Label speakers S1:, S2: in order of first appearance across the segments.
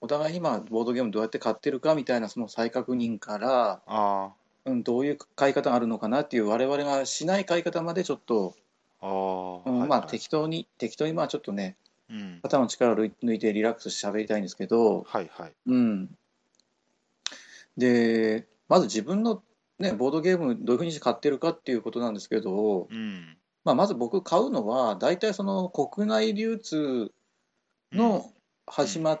S1: お互い今ボードゲームどうやって買ってるかみたいなその再確認から、
S2: あ
S1: うん、どういう買い方があるのかなっていう我々がしない買い方までちょっと、
S2: あああ、
S1: うん
S2: はい
S1: まあ
S2: はい
S1: 適当に適当にまあちょっとね
S2: うん、
S1: 肩の力を抜いてリラックスして喋りたいんですけど、
S2: はいはい
S1: うん、でまず自分の、ね、ボードゲームどういうふうにして買ってるかっていうことなんですけど、
S2: うん
S1: まあ、まず僕買うのは大体その国内流通の始ま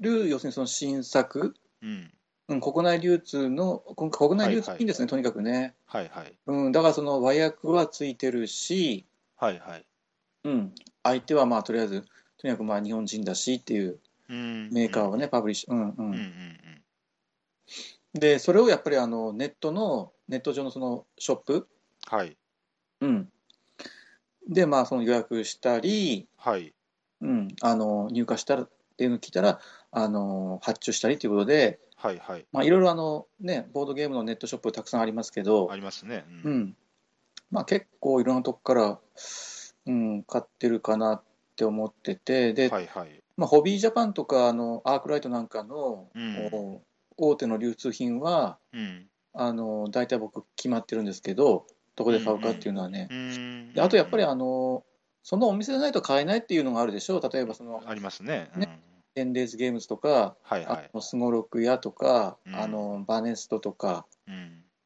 S1: る、要するにその新作、
S2: うん
S1: うん、国内流通のこ国内流通いいんですね、とにかくね、
S2: はいはい
S1: うん、だからその和訳はついてるし、
S2: はいはい
S1: うん、相手はまあとりあえずとにかくまあ日本人だしっていう
S2: うん
S1: メーカーをね、パブリッシュ、うんうん
S2: うんうん
S1: でそれをやっぱりあのネットのネット上のそのショップ、
S2: はい
S1: うん、でまあその予約したり、
S2: はい
S1: うん、あの入荷したらっていうのを聞いたらあの発注したりということで、
S2: はいはい
S1: まあ、いろいろあの、ね、ボードゲームのネットショップたくさんありますけど、
S2: ありますね
S1: う
S2: うん
S1: んまあ、結構いろんなとこから、うん、買ってるかなって思っててで、
S2: はいはい
S1: まあ、ホビージャパンとかあのアークライトなんかの、
S2: うん
S1: お大手の流通品は
S2: うん
S1: あの大体僕決まってるんですけどどこで買うかっていうのはね、
S2: うん
S1: であとやっぱりあのそのお店でないと買えないっていうのがあるでしょう例えばその
S2: ありますね
S1: ね
S2: うん
S1: エンデイズゲームズとか
S2: はいは
S1: あ
S2: い
S1: のスゴロク屋とか、
S2: うん
S1: あのバネストとか、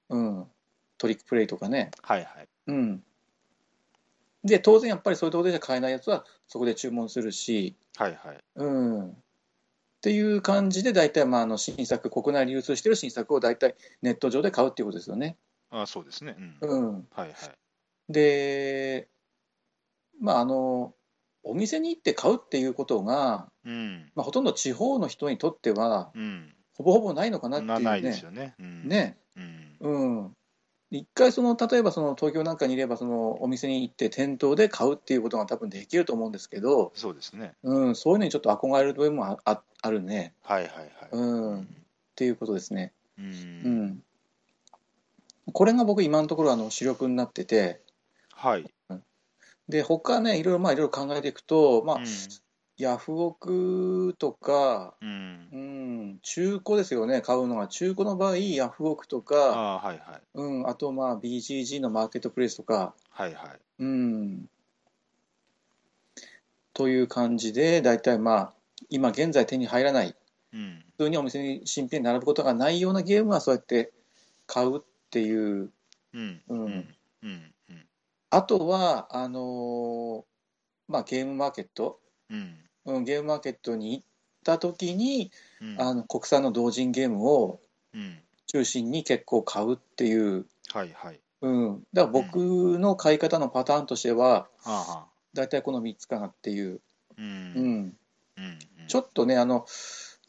S2: うん
S1: うん、トリックプレイとかね、
S2: はいはい
S1: うん、で当然やっぱりそういうところでしか買えないやつはそこで注文するし、
S2: はいはい
S1: うん、っていう感じで大体、まあ、あの新作国内流通してる新作を大体ネット上で買うっていうことですよね。
S2: あそうですねうん
S1: うん、
S2: はいはい
S1: でまああのお店に行って買うっていうことが、
S2: うん
S1: まあ、ほとんど地方の人にとっては
S2: うん
S1: ほぼほぼないのかなっていう
S2: な
S1: ね。
S2: ないですよねうん
S1: ね
S2: うん
S1: うん、一回その、例えばその東京なんかにいればそのお店に行って店頭で買うっていうことが多分できると思うんですけど、
S2: そうですね
S1: うん、そういうのにちょっと憧れる部分もあああるね、
S2: はいはいは
S1: う
S2: い
S1: ん、っていうことですね。
S2: う
S1: うんん、これが僕、今のところあの主力になってて、
S2: はい
S1: で他ね、いろいろまあいろいろ考えていくと、まあ
S2: うん
S1: ヤフオクとか、
S2: うん
S1: うん、中古ですよね、買うのが、中古の場合、ヤフオクとか、
S2: あはいはい
S1: うん、あとまあ BGG のマーケットプレイスとか。
S2: はいはい
S1: うん。という感じで、大体まあ、今現在手に入らない、
S2: うん
S1: 普通にお店に新品で並ぶことがないようなゲームはそうやって買うっていう、
S2: うん
S1: うん
S2: うんうんうん
S1: あとは、あのーまあ、ゲームマーケット、
S2: うん
S1: うん、ゲームマーケットに行った時に、
S2: うん
S1: あの国産の同人ゲームを
S2: うん
S1: 中心に結構買うっていう、
S2: はいはい
S1: うん、だから僕の買い方のパターンとしては、
S2: あは
S1: 大体この3つかなっていう。
S2: うん
S1: うん
S2: うん
S1: ちょっとね、あの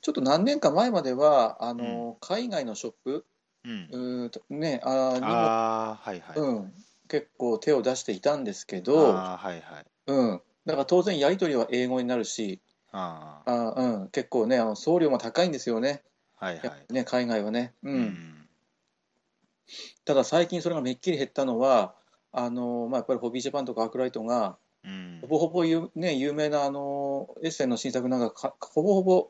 S1: ちょっと何年か前までは、あの海外のショップ
S2: うん
S1: うーとね、あーにも
S2: あーはいはい
S1: うん、結構手を出していたんですけど、
S2: あーはいはい
S1: うん、だから当然、やり取りは英語になるし、
S2: あ
S1: あーうん、結構ねあの、送料も高いんですよね、
S2: ーはい
S1: や
S2: は
S1: っ
S2: い
S1: ぱね海外はね、うん
S2: うん
S1: ただ最近、それがめっきり減ったのは、あのまあ、やっぱりホビージャパンとかアークライトが、
S2: うん
S1: ほぼほぼ有,、ね、有名なあのエッセンの新作なんかかほぼほぼ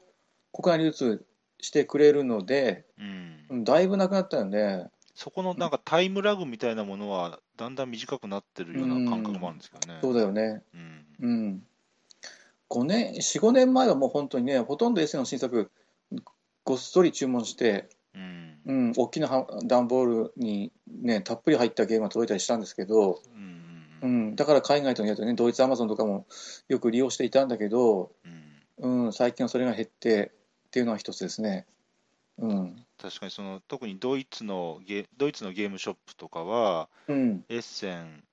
S1: 国内流通してくれるので、
S2: うん
S1: うんだいぶなくなったよね。
S2: そこのなんかタイムラグみたいなものはだんだん短くなってるような感覚もあるんですけどね
S1: そうだよね。
S2: うん
S1: うん。5年、4、5年前はもう本当にね、ほとんど S の新作、ごっそり注文して、
S2: うん
S1: うん、大きなは段ボールにね、たっぷり入ったゲームが届いたりしたんですけど、
S2: うん
S1: う
S2: うん
S1: ん、だから海外とのやつね、ドイツ、アマゾンとかもよく利用していたんだけど、
S2: うん
S1: うん、最近はそれが減ってっていうのは一つですね。うん。
S2: 確かにその特にドイツのゲドイツのゲームショップとかは
S1: うん。
S2: エッセン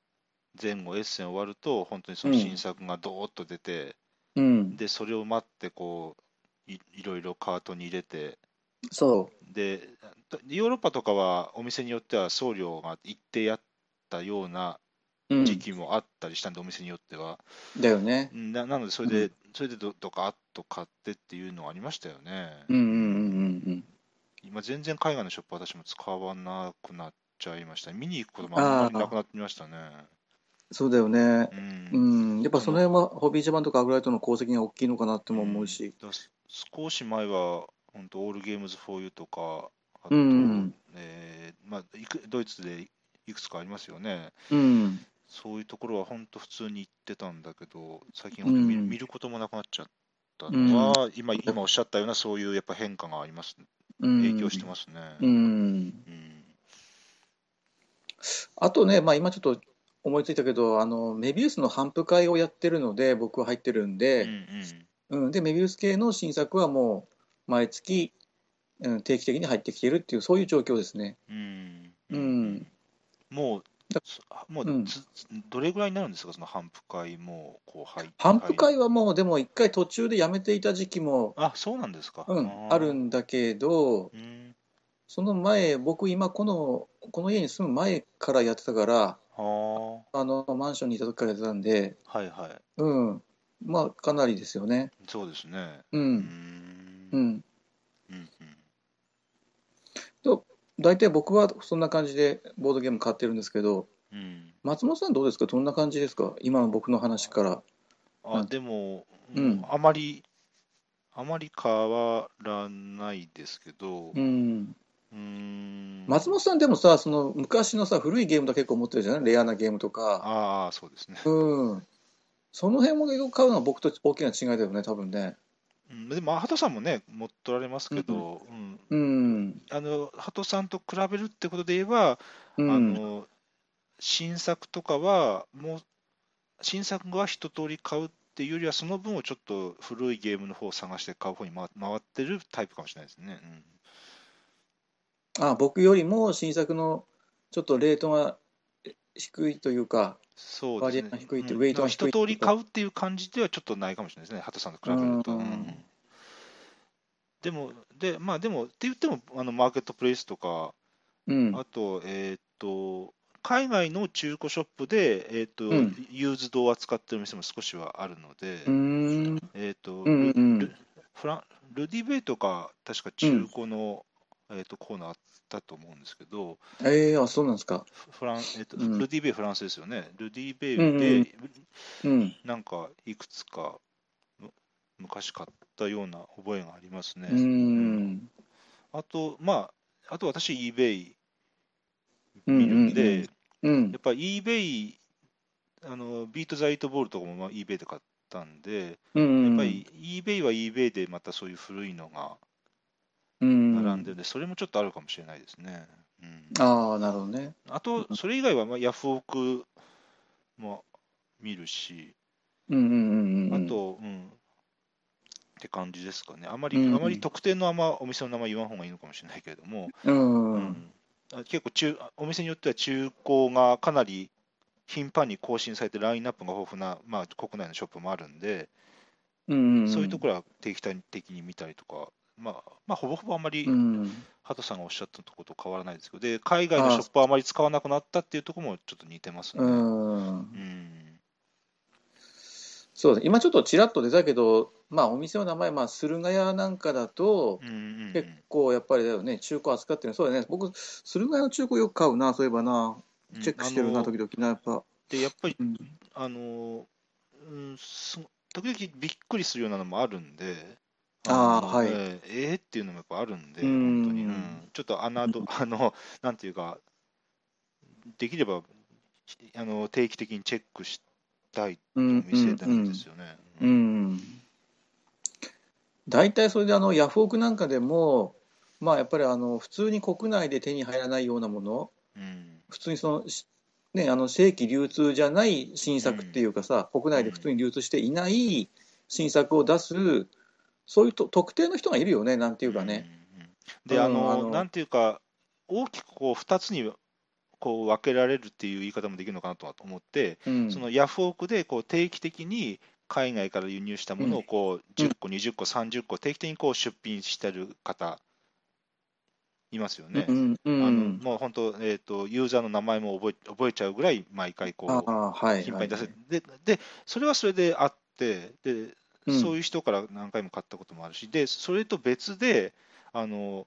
S2: 前後エッセン終わると本当にその新作がドーッと出て、
S1: うん。
S2: でそれを待ってこういいろいろカートに入れて
S1: そ
S2: でヨーロッパとかはお店によっては送料が一定やったような
S1: う。うん。
S2: 時期もあったりしたんで、お店によっては
S1: だよね。
S2: ななのでそれで、それでどどかっと買ってっていうのはありましたよね、
S1: うんうんうんうんうん。
S2: 今全然海外のショップ私も使わなくなっちゃいました見に行くこともあんまりなくなってきましたね
S1: そうだよね。
S2: うん
S1: うん、やっぱその辺はホビージャパンとかアグライトの功績が大きいのかなとも思うし、
S2: だから少し前は、本当オールゲームズ・フォー・ユーとか、あと、
S1: うん
S2: えーまあ、いくドイツでいくつかありますよね。
S1: うん、
S2: そういうところは本当普通に行ってたんだけど、最近本当見,、
S1: うん
S2: 見ることもなくなっちゃったのは、今今おっしゃったようなそういうやっぱ変化があります、
S1: うん
S2: 影響してますね。
S1: うん、
S2: うん
S1: あとね、まあ、今ちょっと思いついたけどあのメビウスの反復会をやってるので僕は入ってるん
S2: うんう
S1: で,、
S2: ん
S1: うんでメビウス系の新作はもう毎月、うん、定期的に入ってきてるっていうそういう状況ですね。
S2: うん
S1: うん
S2: もう
S1: だ、
S2: そもう
S1: うん
S2: ずずどれぐらいになるんですか、その反復会もこう入って
S1: 反復会はもうでも一回途中でやめていた時期も、
S2: あそうなんですか。
S1: うん、ある
S2: ん
S1: んだけど
S2: うん
S1: その前僕今このこの家に住む前からやってたから
S2: あー
S1: あのマンションにいた時からやってたんで、
S2: はいはい、
S1: うん、まあかなりですよね。
S2: そうですね。
S1: う、
S2: うんん
S1: う
S2: うん
S1: ん
S2: うん
S1: 大体僕はそんな感じでボードゲーム買ってるんですけど
S2: うん
S1: 松本さんどうですかどんな感じですか今の僕の話からう
S2: あ
S1: ん
S2: でも、
S1: うん
S2: あまりあまり変わらないですけど、
S1: うん
S2: うん
S1: 松本さんでもさその昔のさ古いゲームとか結構持ってるじゃないレアなゲームとか
S2: ああ、そうですね。
S1: うんその辺も結構買うのは僕と大きな違いだよね多分ね
S2: うんでも、畑さんもね、持っとられますけど、うん、
S1: うん
S2: あの鳩さんと比べるってことで言えば、
S1: う
S2: あ
S1: ん
S2: の新作とかはもう新作は一通り買うっていうよりはその分をちょっと古いゲームの方を探して買う方に回回ってるタイプかもしれないですね。
S1: あ僕よりも新作のちょっとレートが低いというか
S2: そうです
S1: 割
S2: ね。
S1: 合が低いって
S2: うん
S1: ウェイトが低いって
S2: 一通り買うっていう感じではちょっとないかもしれないですね、畑さんと比べると。
S1: うん
S2: うんでも、で、まあでも、って言っても、あのマーケットプレイスとか、
S1: うん
S2: あと、えーっと、海外の中古ショップで、えーっと、
S1: うん
S2: ユーズドを扱ってる店も少しはあるので、
S1: うーん
S2: えーっ
S1: う
S2: と、
S1: んうんうん
S2: フランルディベイとか、確か中古の、えーっとコーナーあったと思うんですけど、
S1: ええあそうなんですか
S2: フフラン、えーっと
S1: うん
S2: ルディベイ、フランスですよね。ルディベイ
S1: うんうん
S2: で、
S1: うん
S2: なんかいくつかむ昔買ったような覚えがありますね。
S1: うん
S2: あと、まあ、あと私、eBay
S1: う
S2: 見る
S1: ん
S2: んで、
S1: うん
S2: やっぱ eBay、あのビート・ザ・イート・ボールとかもまあ eBay で買ったんで、
S1: うんうん
S2: やっぱり eBay は eBay でまたそういう古いのが
S1: うん
S2: 並んでるんで、それもちょっとあるかもしれないですね。うん、
S1: ああなるほどね
S2: あと、それ以外はまあヤフオクも見るし、
S1: うんうんうんう
S2: あ
S1: ん
S2: と、うん、って感じですかね。あまり、
S1: うんうん
S2: あまり特定のあんまお店の名前言わん方がいいのかもしれないけれども、
S1: うんうん
S2: うんあ結構中、お店によっては中古がかなり頻繁に更新されて、ラインナップが豊富な、まあ、国内のショップもあるんで、
S1: うん
S2: そういうところは定期的に見たりとか、まあ、まあ、ほぼほぼあんまり、
S1: うん
S2: ハトさんがおっしゃったところと変わらないですけど、で、海外のショップはあまり使わなくなったっていうところもちょっと似てますね。
S1: うん
S2: うん
S1: そうです今ちょっとちらっと出たけどまあお店の名前まあ駿河屋なんかだと
S2: うんうんうん
S1: 結構やっぱりだよね中古扱ってるそうだね僕駿河屋の中古よく買うなそういえばな
S2: うん
S1: チェックしてる
S2: あ
S1: な
S2: の
S1: 時々なやっぱ
S2: で、やっぱり
S1: うん
S2: あのうん、す時々びっくりするようなのもあるんで、
S1: あー
S2: の
S1: はい
S2: えーえーっていうのもやっぱあるんで、
S1: う
S2: 本
S1: ん
S2: 当に、うんちょっと穴ど、 あの、なんていうか、できればひあの定期的にチェックしたい
S1: うん
S2: 店なんですよね。
S1: うんうん大体それであのヤフオクなんかでもまあやっぱりあの普通に国内で手に入らないようなもの
S2: うん
S1: 普通にその、しね、あの正規流通じゃない新作っていうかさ、国内で普通に流通していない新作を出すそういうと特定の人がいるよねなんていうかね。。
S2: うんうんで、
S1: うん
S2: あの
S1: あの
S2: なんていうか、大きくこう2つにこう分けられるっていう言い方もできるのかなとは思って、
S1: うん
S2: そのヤフオクでこう定期的に海外から輸入したものをこう
S1: うん
S2: 10個、20個、30個、定期的にこう出品してる方、いますよね。
S1: うんう
S2: あの
S1: ん、
S2: もう本当、えーと、ユーザーの名前も覚え覚えちゃうぐらい、毎回こ
S1: あ
S2: う
S1: あはい
S2: 頻繁に出せ
S1: はい
S2: でで、それはそれであってで、
S1: うん
S2: そういう人から何回も買ったこともあるし、でそれと別で、あの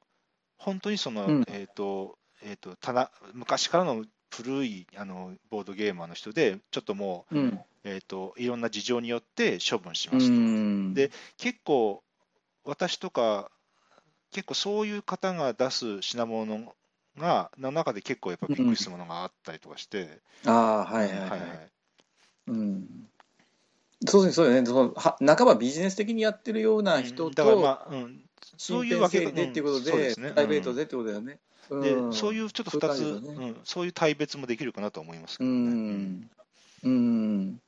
S2: 本当にその、
S1: うん
S2: えーとえー、と棚昔からの古いあのボードゲーマーの人で、ちょっともう、
S1: うん
S2: えー、といろんな事情によって処分し
S1: う
S2: ますと、
S1: ん
S2: で結構私とか、結構そういう方が出す品物が、の中で結構やっぱびっくりするものがあったりとかして、
S1: ああはいはいはい、うんそうですねそうですねそのは半ばビジネス的にやってるような人
S2: だからま
S1: と
S2: あ、うん、そう
S1: 新
S2: いう
S1: 店
S2: わけ
S1: 整理でっていうこと
S2: うん
S1: で,、
S2: そうですね
S1: プライベートでってことだよね、
S2: で
S1: うん、
S2: そういうちょっと
S1: そういう
S2: 2
S1: 感
S2: つ、
S1: じだね
S2: うん、そういう対別もできるかなと思いますけ
S1: う
S2: どね。
S1: ん、うん、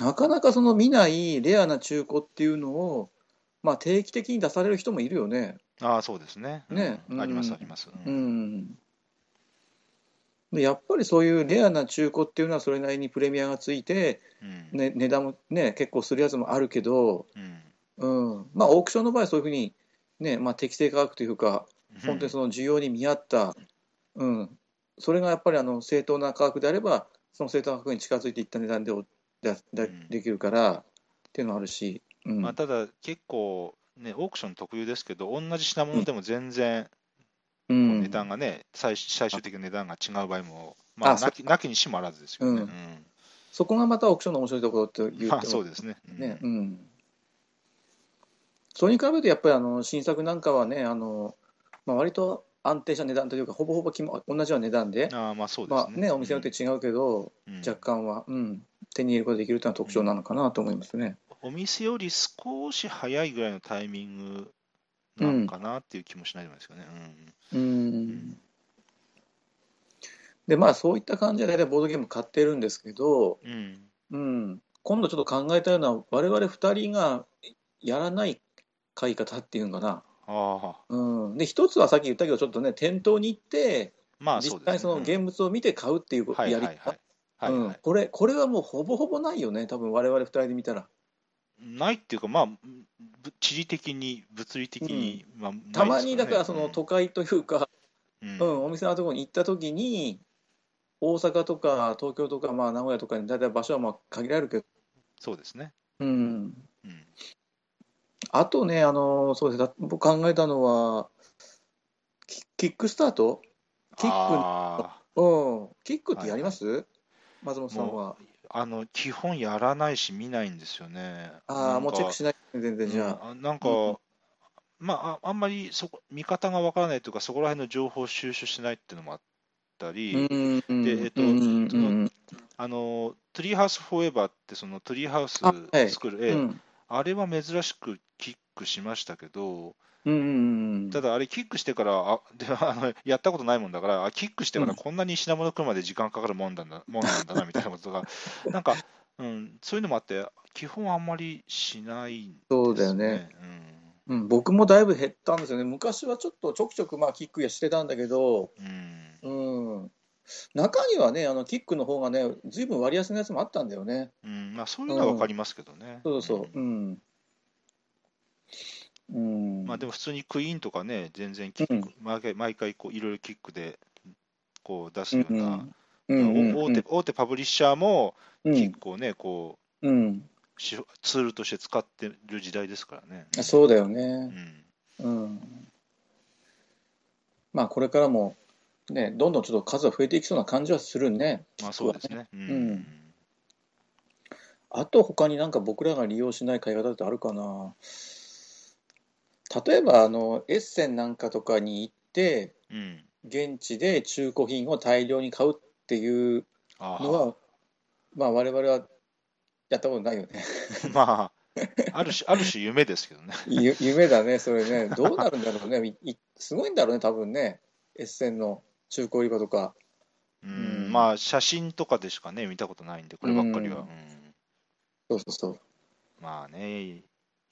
S1: なかなかその見ないレアな中古っていうのを、まあ、定期的に出される人もいるよね。
S2: ああ、そうですね。うん
S1: ねうん
S2: あります、あります。う
S1: うんん、でやっぱりそういうレアな中古っていうのはそれなりにプレミアがついて、
S2: うん
S1: ね、値段も、ね、結構するやつもあるけど、
S2: う
S1: う
S2: ん
S1: んまあ、オークションの場合はそういうふうに、ねまあ、適正価格というか本当にその需要に見合った、うん、それがやっぱりあの正当な価格であれば、その正当な価格に近づいていった値段でおだだ
S2: うん
S1: できるからっていうのはあるし、うん
S2: まあ、ただ結構、ね、オークション特有ですけど、同じ品物でも全然
S1: うん
S2: 値段がね、最最終的な値段が違う場合も、まあ、
S1: あそう
S2: なきなきにしもあらずですよね。
S1: う
S2: うんん
S1: そこがまたオークションの面白いところという
S2: まあ、そうですね。うん
S1: ね、うん、それに比べるとやっぱりあの新作なんかはね、あのまあ、割と安定した値段というか、ほぼほぼ決、ま、同じような値段で、
S2: ああまあそうですね。
S1: まあね、お店によって違うけど、
S2: うん
S1: 若干は、うん、手に入れることができるというのは特徴なのかなと思いますね。
S2: お店より少し早いぐらいのタイミングなんかなっていう気もしないでもないですよね。
S1: うんでまあそういった感じで大体ボードゲーム買ってるんですけど、
S2: うん。うん。
S1: うん、今度ちょっと考えたいのは我々2人がやらない買い方っていうのかな、
S2: ああ、
S1: うん、で一つはさっき言ったけどちょっとね店頭に行って
S2: まあそ
S1: 実
S2: うですね。
S1: 際その現物を見て買うっていう
S2: う
S1: こ
S2: ん
S1: と
S2: はい
S1: や
S2: は
S1: り
S2: いはい。
S1: 方
S2: はいうは
S1: ん
S2: い。
S1: これこれはもうほぼほぼないよね多分我々2人で見たら
S2: ないっていうか、まあ、ぶ地理的に、物理的に、まあ、ないです
S1: た
S2: よね
S1: まにだからその都会というか、
S2: うん
S1: う
S2: うん
S1: ん、お店のところに行った時に大阪とか東京とか、まあ、名古屋とかに大体場所はまあ限られるけど、
S2: そうですね。
S1: うん、
S2: うん
S1: あとねあのそうですだ僕考えたのはキキックスタートキッ
S2: あ
S1: ク、うん、キックってやります、松本
S2: ー
S1: さんは
S2: もうあの基本やらないし見ないんですよね。
S1: ああもうチェック
S2: し
S1: しない全然じゃあ、
S2: なんか、
S1: うん
S2: まあああんまりそこ見方がわからないというかそこら辺の情報を収集しないっていうのもあったり、
S1: うんうん
S2: でえっと
S1: うんうん
S2: そのあのトゥリーハウスフォーエバーってそのトゥリーハウス
S1: あはい
S2: スクール、
S1: う
S2: ええ
S1: ん
S2: あれは珍しくキックしましたけど、
S1: うんうんうん
S2: ただあれキックしてからあであのやったことないもんだからあキックしてか
S1: う
S2: ら
S1: ん
S2: こんなに品物来るまで時間かかるもんだな,、もんなんだなみたいなこ とがなんか、うん、そういうのもあって基本あんまりしないん
S1: そうだ
S2: です
S1: よね、
S2: ね。
S1: うん、僕もだいぶ減ったんですよね昔はちょっとちょくちょくまあキックやしてたんだけど、
S2: うんうん
S1: うん、中にはねあのキックの方がねずいぶん割安のやつもあったんだよね
S2: うんまあ、そういうのは分かりますけどね。
S1: そうそうそううんうん、うん、
S2: まあ、で
S1: も
S2: も普通にクイーンとかね、全然キック、
S1: うん
S2: 毎回毎回こういろいろキックでこう出すような、
S1: うんうん
S2: お大手大手パブリッシャーも
S1: う
S2: キ
S1: ん
S2: ックをね、こ
S1: うん
S2: うしツールとして使ってる時代ですからね。
S1: そうだよ
S2: う
S1: ね
S2: ん
S1: うんまあこれからもねどんどんちょっと数は増えていきそうな感じはするね
S2: まあそうですね。うん
S1: うんあと他になんか僕らが利用しない買い方ってあるかな例えばあのエッセンなんかとかに行って
S2: うん
S1: 現地で中古品を大量に買うっていう
S2: あ
S1: のはまあ我々はやったことないよ ね
S2: あ、 まあ、ある種、ある種夢ですけどね。
S1: ゆ夢だねそれねどうなるんだろうねいいすごいんだろうね多分ねエッセンの中古売り場とか
S2: う
S1: うん
S2: ん、まあ、写真とかでしかね、見たことないんで、こればっかりは。
S1: うん
S2: うん
S1: そうそうそ
S2: まあね、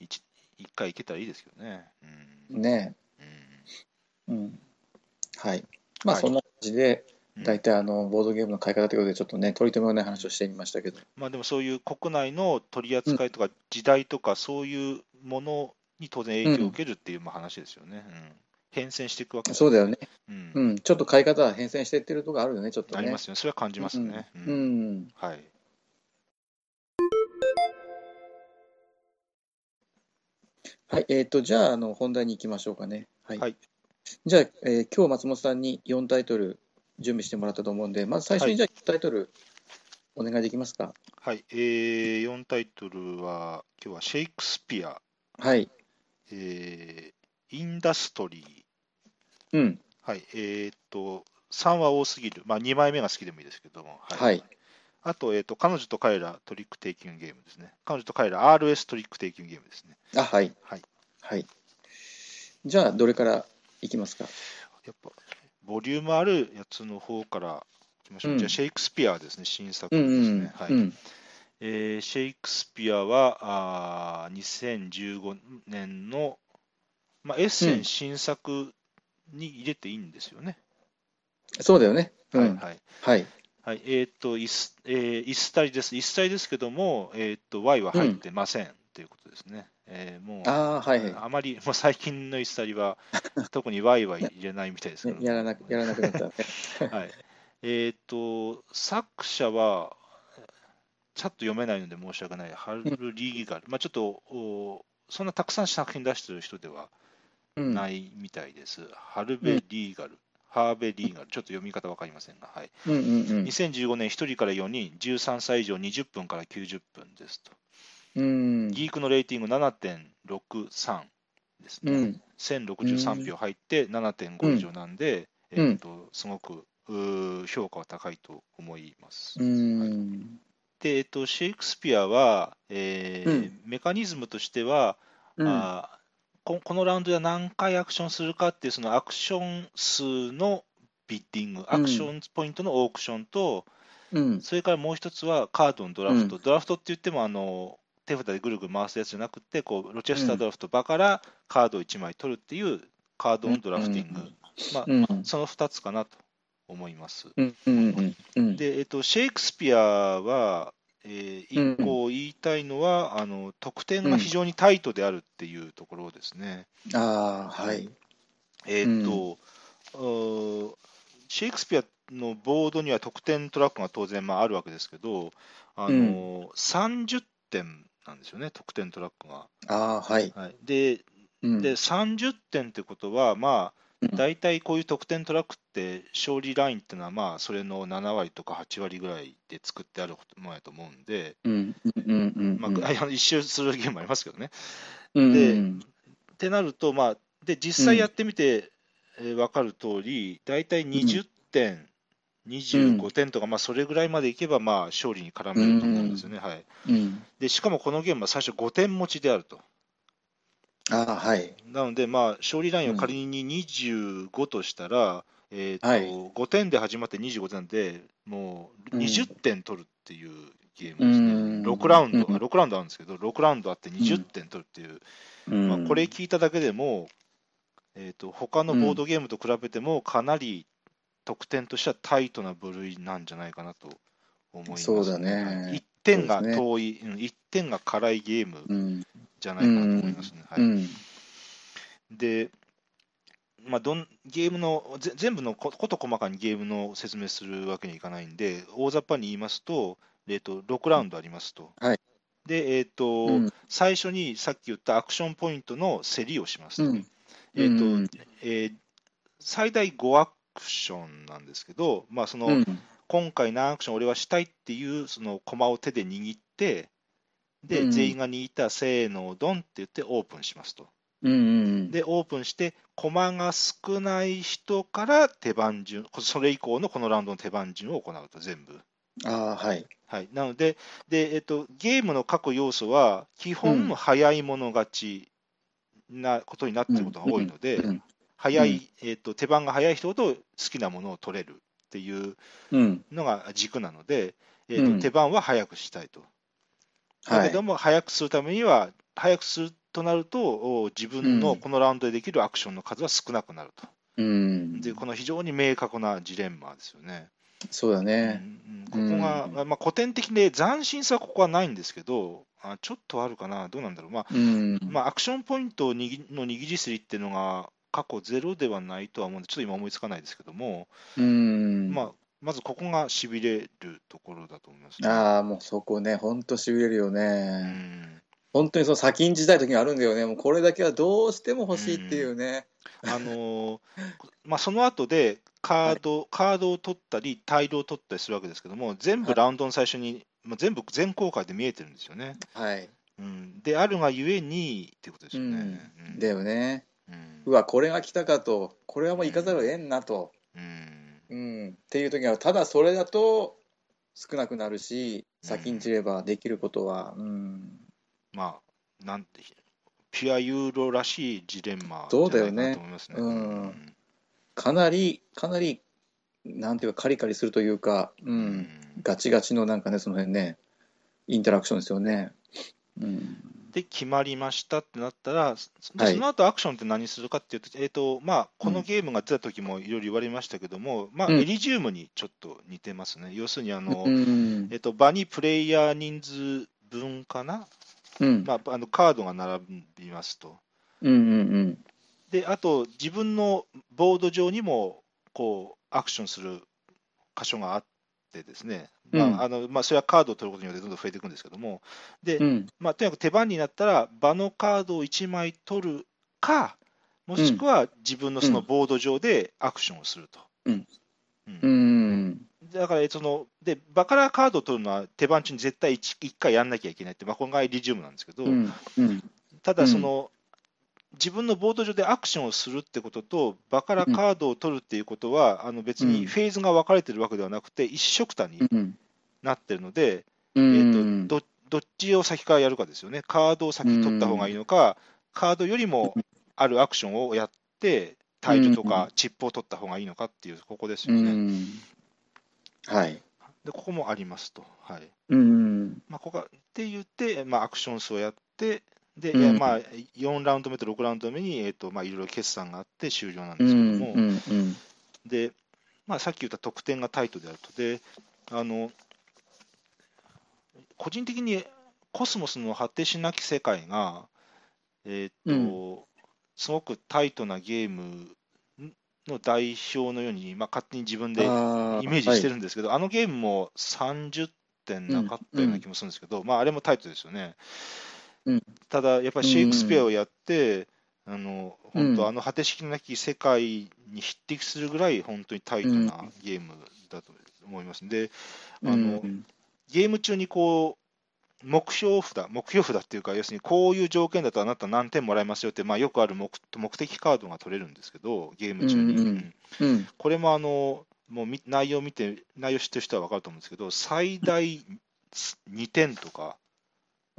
S2: 一一回行けたらいいですけどね。う。
S1: うんねうんはいまあ
S2: はい
S1: そんな感じで
S2: うん
S1: 大体あのボードゲームの買い方ということでちょっとね取り留めのない話をしてみましたけど
S2: まあでもそういう国内の取り扱いとか時代とかそういうものに当然影響を受けるっていうまあ話ですよね。うん変遷していくわけ
S1: そうだよね
S2: う。
S1: うんん、ちょっと買い方は変遷していってるとこあるよね、ちょっとね。
S2: ありますよね。それは感じますね。う
S1: うんん。
S2: はい。
S1: はい、えっ、と、じゃあ、あの、本題に行きましょうかね。はい。
S2: はい
S1: じゃあ、えー今日松本さんに4タイトル準備してもらったと思うんで、まず最初
S2: は
S1: に
S2: い
S1: じゃあ、タイトル、お願いできますか。
S2: はい。えー、4タイトルは、今日はシェイクスピア、
S1: はい。
S2: えーインダストリ
S1: う
S2: ー。
S1: ん。
S2: はい、えーっと、3は多すぎる。まあ、2枚目が好きでもいいですけども。
S1: はい。
S2: あと、えーっと、彼女と彼らトリックテイキングゲームですね。彼女と彼ら RS トリックテイキングゲームですね。
S1: あ、はい。
S2: はい。
S1: はい。じゃあ、どれからいきますか。
S2: やっぱ、ボリュームあるやつの方からいきましょう。
S1: うん
S2: じゃあ、シェイクスピアですね。新作
S1: う
S2: で
S1: ん
S2: すね。
S1: うん。
S2: はい
S1: うん。
S2: えーシェイクスピアはあー2015年の、まあ、エッセン新作に入れていいんですよね。
S1: そうだよね。う
S2: はい
S1: ん。
S2: はい
S1: はい。
S2: はい、えーっと、いすえー一切です。一切ですけども、えーっと、Y は入ってませんということですね。えーもう、
S1: ああ、はいは
S2: あまり、もう最近の一 切は、特に Y は入れないみたいです
S1: い。
S2: け
S1: ね
S2: ど、
S1: やらなく、やらなくな った。
S2: はい。えーっと、作者は、ちゃんと読めないので申し訳ない。ハルリーガル。まあちょっと、おそんなたくさん作品出してる人では
S1: うん。
S2: な
S1: う
S2: いみたいです。ハルベ・リーガル。ハーベ・リーガル。ちょっと読み方わかりませんが、はい。
S1: んうん
S2: 2015年1人から4人、13歳以上20分から90分ですと。
S1: うん。うん。
S2: ギークのレーティング7.63ですね。
S1: うん。
S2: 1063票入って7.5以上なんで、
S1: うん
S2: えっとすごくうー評価は高いと思います。
S1: う
S2: はい
S1: ん。
S2: で、えっと、シェイクスピアは、えー
S1: うん
S2: メカニズムとしては、
S1: うん。
S2: あーこ、このラウンドで何回アクションするかっていう、そのアクション数のビッディング、アクションポイントのオークションと、
S1: うん。
S2: それからもう一つはカードのドラフト、
S1: う
S2: ドラフトって言ってもあの手札でぐるぐる回すやつじゃなくてこうロチェスタードラフト場からカードを1枚取るっていうカードのドラフティング、
S1: うん
S2: まあ
S1: うん。
S2: その2つかなと思います。
S1: うん。うん。うん。
S2: で、えっと、シェイクスピアは、えー、一個言いたいのは、あの得点が非常にタイトであるっていうところですね。
S1: ああ、はい。
S2: えーっと、うーシェイクスピアのボードには得点トラックが当然まああるわけですけど、あの30点なんですよね、得点トラックが。
S1: ああ、はい。
S2: はい、で
S1: うん。
S2: で、30点ってことは、ま
S1: う
S2: あ、
S1: ん
S2: 大体こういう得点トラックって、勝利ラインっていうのは、まあ、それの7割とか8割ぐらいで作ってあるものやと思うんで、
S1: うん。うん。うん。
S2: まあ、あの一周するゲームもありますけどね。
S1: うん。
S2: で
S1: うん。
S2: ってなると、まあ、で実際やってみて、えー分かる通り、大体20点、25点とか、まあ、それぐらいまでいけば、まあ、勝利に絡めると思うんですよね、はい
S1: うん。
S2: で。しかもこのゲームは最初5点持ちであると。
S1: ああ、はい。
S2: なので、まあ、勝利ラインを仮に25としたら、えーと
S1: はい
S2: 5点で始まって25点なんで、もう
S1: うん
S2: 20点取るっていうゲームですね。
S1: うん
S2: 6ラウンド、
S1: うん
S2: 6ラウンドあるんですけど、6ラウンドあって20点取るっていう、
S1: うん。
S2: まあ、これ聞いただけでも、えー、と他のボードゲームと比べても、かなり得点としてはタイトな部類なんじゃないかなと思います。
S1: そうだね
S2: 1点が
S1: そうですね
S2: 遠い、うん1点が辛いゲーム
S1: うん。
S2: じゃないかなと思いますね。は
S1: う
S2: い、
S1: ん。
S2: で、まあ、どんゲームのぜ全部のここと細かにゲームの説明するわけにいかないんで、大雑把に言いますと、えー、と6ラウンドありますと。
S1: はい
S2: で、えーと
S1: うん。
S2: 最初にさっき言ったアクションポイントの競りをしますと。
S1: うん
S2: えーと
S1: うん
S2: えー最大5アクションなんですけど、まあ、その
S1: うん。
S2: 今回何アクション俺はしたいっていうその駒を手で握って、で、
S1: うん
S2: 全員が握ったらせーのドンって言ってオープンしますと。
S1: うん。
S2: で、オープンして、駒が少ない人から手番順、それ以降のこのラウンドの手番順を行うと、全部。
S1: ああ、はい。
S2: はい、なのでで、えっと、ゲームの各要素は、基本、
S1: うん
S2: 早い者勝ちなことになっていることが多いので、
S1: うん。
S2: 早
S1: う
S2: い、えっと、手番が早い人ほど好きなものを取れるっていう
S1: うん。
S2: のが軸なので、えっと
S1: うん
S2: 手番は早くしたいと。だ
S1: は
S2: け
S1: い
S2: ど。も、早くするためには、早くするとなると、お自分
S1: う
S2: の
S1: ん
S2: このラウンドでできるアクションの数は少なくなると。
S1: うん。
S2: で、この非常に明確なジレンマですよね。
S1: そうだね。
S2: うんうんここが、
S1: うん
S2: まあまあ、古典的で斬新さはここはないんですけど、あちょっとはあるかな、どうなんだろう、まあ
S1: うん。
S2: まあ、アクションポイントを握りの握りすりっていうのが、過去ゼロではないとは思うんで、ちょっと今思いつかないですけども、
S1: うん。
S2: まあ、まずここがしびれるところだと思います、ね。
S1: ああ、もうそこね、ほんとしびれるよ
S2: う
S1: ね。
S2: ん
S1: 本当にその先んじたい時にあるんだよね。もうこれだけはどうしても欲しいっていうね。
S2: あのー まあ、その後でカード、カードを取ったり、タイルを取ったりするわけですけども、全部ラウンドの最初に、まあ、全部全公開で見えてるんですよね。
S1: はい。
S2: うん、であるがゆえにっていうことですよね。うん
S1: だよね
S2: うん
S1: うわこれが来たかとこれはもう行かざるを得んなと、
S2: うん
S1: うん、っていう時があるただそれだと少なくなるし先んじればできることは、うん、
S2: まあなんてピュアユーロらしいジレンマ
S1: そうだよね
S2: じゃないかなと思いますね。
S1: うんかなりかなりなんていうかカリカリするというか、う、
S2: うん
S1: ガチガチのなんかねその辺ねインタラクションですよね。うん、
S2: で決まりましたってなったら、そで
S1: はい
S2: その後アクションって何するかっていうと、えーとまあ、このゲームが出た時もいろいろ言われましたけども、まあ、
S1: うん
S2: エリジウムにちょっと似てますね。要するにあの、
S1: うん
S2: えー、と場にプレイヤー人数分かな、
S1: うん
S2: まあ、あのカードが並びますと。
S1: うんうん
S2: であと自分のボード上にもこうアクションする箇所があってですね、まあ
S1: うん
S2: あのまあ、それはカードを取ることによってどんどん増えていくんですけどもで、
S1: うん
S2: まあ、とにかく手番になったら場のカードを1枚取るかもしくは自分のそのボード上でアクションをすると。
S1: うん
S2: うん
S1: うん
S2: だからそので場からカードを取るのは手番中に絶対 1, 回やんなきゃいけないって、まあ、これがエリジウムなんですけど、
S1: うんうん
S2: ただその、自分のボード上でアクションをするってことと、場からカードを取るっていうことは、あの別
S1: う
S2: に
S1: ん
S2: フェーズが分かれてるわけではなくて、一緒くたに
S1: うん
S2: なってるので、
S1: う
S2: え
S1: ん
S2: ーとどどっちを先からやるかですよね、カードを先に取った方がいいのか、カードよりもあるアクションをやって、体重と
S1: う
S2: かチップを取った方がいいのかっていう、ここです
S1: う
S2: よね。
S1: んはい
S2: でここもありますと。はい
S1: うん
S2: まあ、ここがって言って、まあ、アクション数をやって、で、
S1: うん
S2: まあ、4ラウンド目と6ラウンド目に、えーとまあ、いろいろ決算があって終了なん
S1: う
S2: ですけど
S1: ん
S2: も、
S1: うんうん
S2: でまあ、さっき言った得点がタイトであると、であの個人的にコスモスの果てしなき世界が、えーとすごくタイトなゲームの代表のように、まあ、勝手に自分で
S1: あ
S2: イメージして
S1: る
S2: るんですけど、あのゲームも30点なかったような気もするんですけど、まあ、あれもタイトルですよね。
S1: うん
S2: ただ、やっぱりシェイクスピアをやって、あの本当、あの果てしなき世界に匹敵するぐらい、本当にタイトなゲームだと思います。で、あのゲーム中にこう、目標札、目標札っていうか、要するにこういう条件だとあなた何点もらえますよって、まあ、よくある目目的カードが取れるんですけど、ゲーム中に。
S1: うんうんうん
S2: うん
S1: うん
S2: これもあのもうみ内容見て、内容知ってる人は分かると思うんですけど、最大2点とか、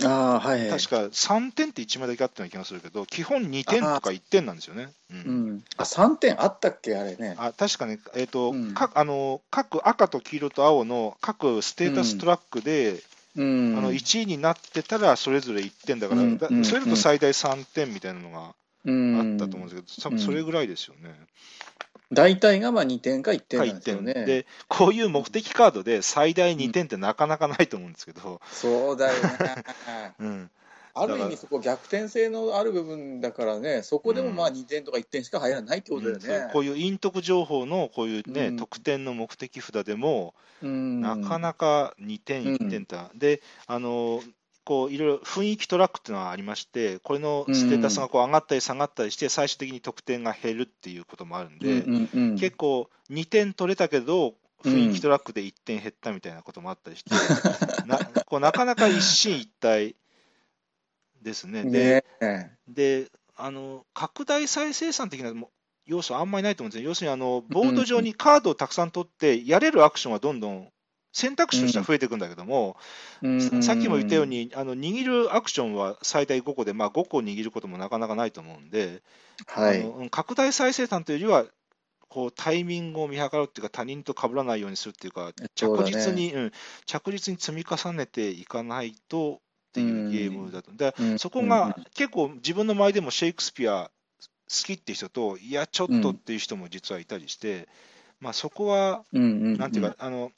S1: ああはい
S2: 確か3点って1枚だけあったような気がするけど、基本2点とか1点なんですよね。う
S1: うんんあ三点あったっけあれね
S2: あ確かね、えーと
S1: うん
S2: かあの、各赤と黄色と青の各ステータストラックで、
S1: うん
S2: あの1位になってたら、それぞれ1点だから、
S1: うん
S2: だ
S1: うん
S2: それだと最大3点みたいなのが
S1: うん
S2: あったと思うんですけど、
S1: うん
S2: そそれぐらいですよね。
S1: 大体がまあ二点か一点
S2: か
S1: なん
S2: 1
S1: ですよ
S2: 点
S1: ね
S2: で、こういう目的カードで最大2点ってなかなかないと思うんですけど、
S1: そうだよ ね
S2: うん、
S1: ある意味そこ逆転性のある部分だからねそこでもまあ
S2: うん
S1: 2点とか1点しか入らないってことだよ
S2: そう
S1: ね、
S2: こういう陰徳情報のこういうね、
S1: うん
S2: 得点の目的札でも、
S1: うん
S2: なかなか2点、
S1: うん
S2: 1点だ、であのこういろいろ雰囲気トラックっていうのはありまして、これのステータスがこう上がったり下がったりして、最終的に得点が減るっていうこともあるんで、
S1: うんうんうん
S2: 結構2点取れたけど、雰囲気トラックで1点減ったみたいなこともあったりして、 なこうなかなか一進一退ですね。で
S1: ねえ
S2: であの拡大再生産的なも要素あんまりないと思うんですよ。要するにあのボード上にカードをたくさん取って、やれるアクションはどんどん選択肢としては増えていくんだけども、
S1: うん
S2: さっきも言ったように、あの握るアクションは最大5個で、まあ、5個握ることもなかなかないと思うんで、
S1: は
S2: あ
S1: い
S2: のうん拡大再生産というよりは、こうタイミングを見計らうっていうか、他人と被らないようにするっていうか、
S1: そう
S2: 着
S1: だね
S2: 実に、うん、着実に積み重ねていかないとっていうゲームだと。だ
S1: うん
S2: そこが結構自分の周りでもシェイクスピア好きって人と、いや、ちょっとっていう人も実はいたりして、まあ、そこは、
S1: うんうん
S2: なんていうか、あの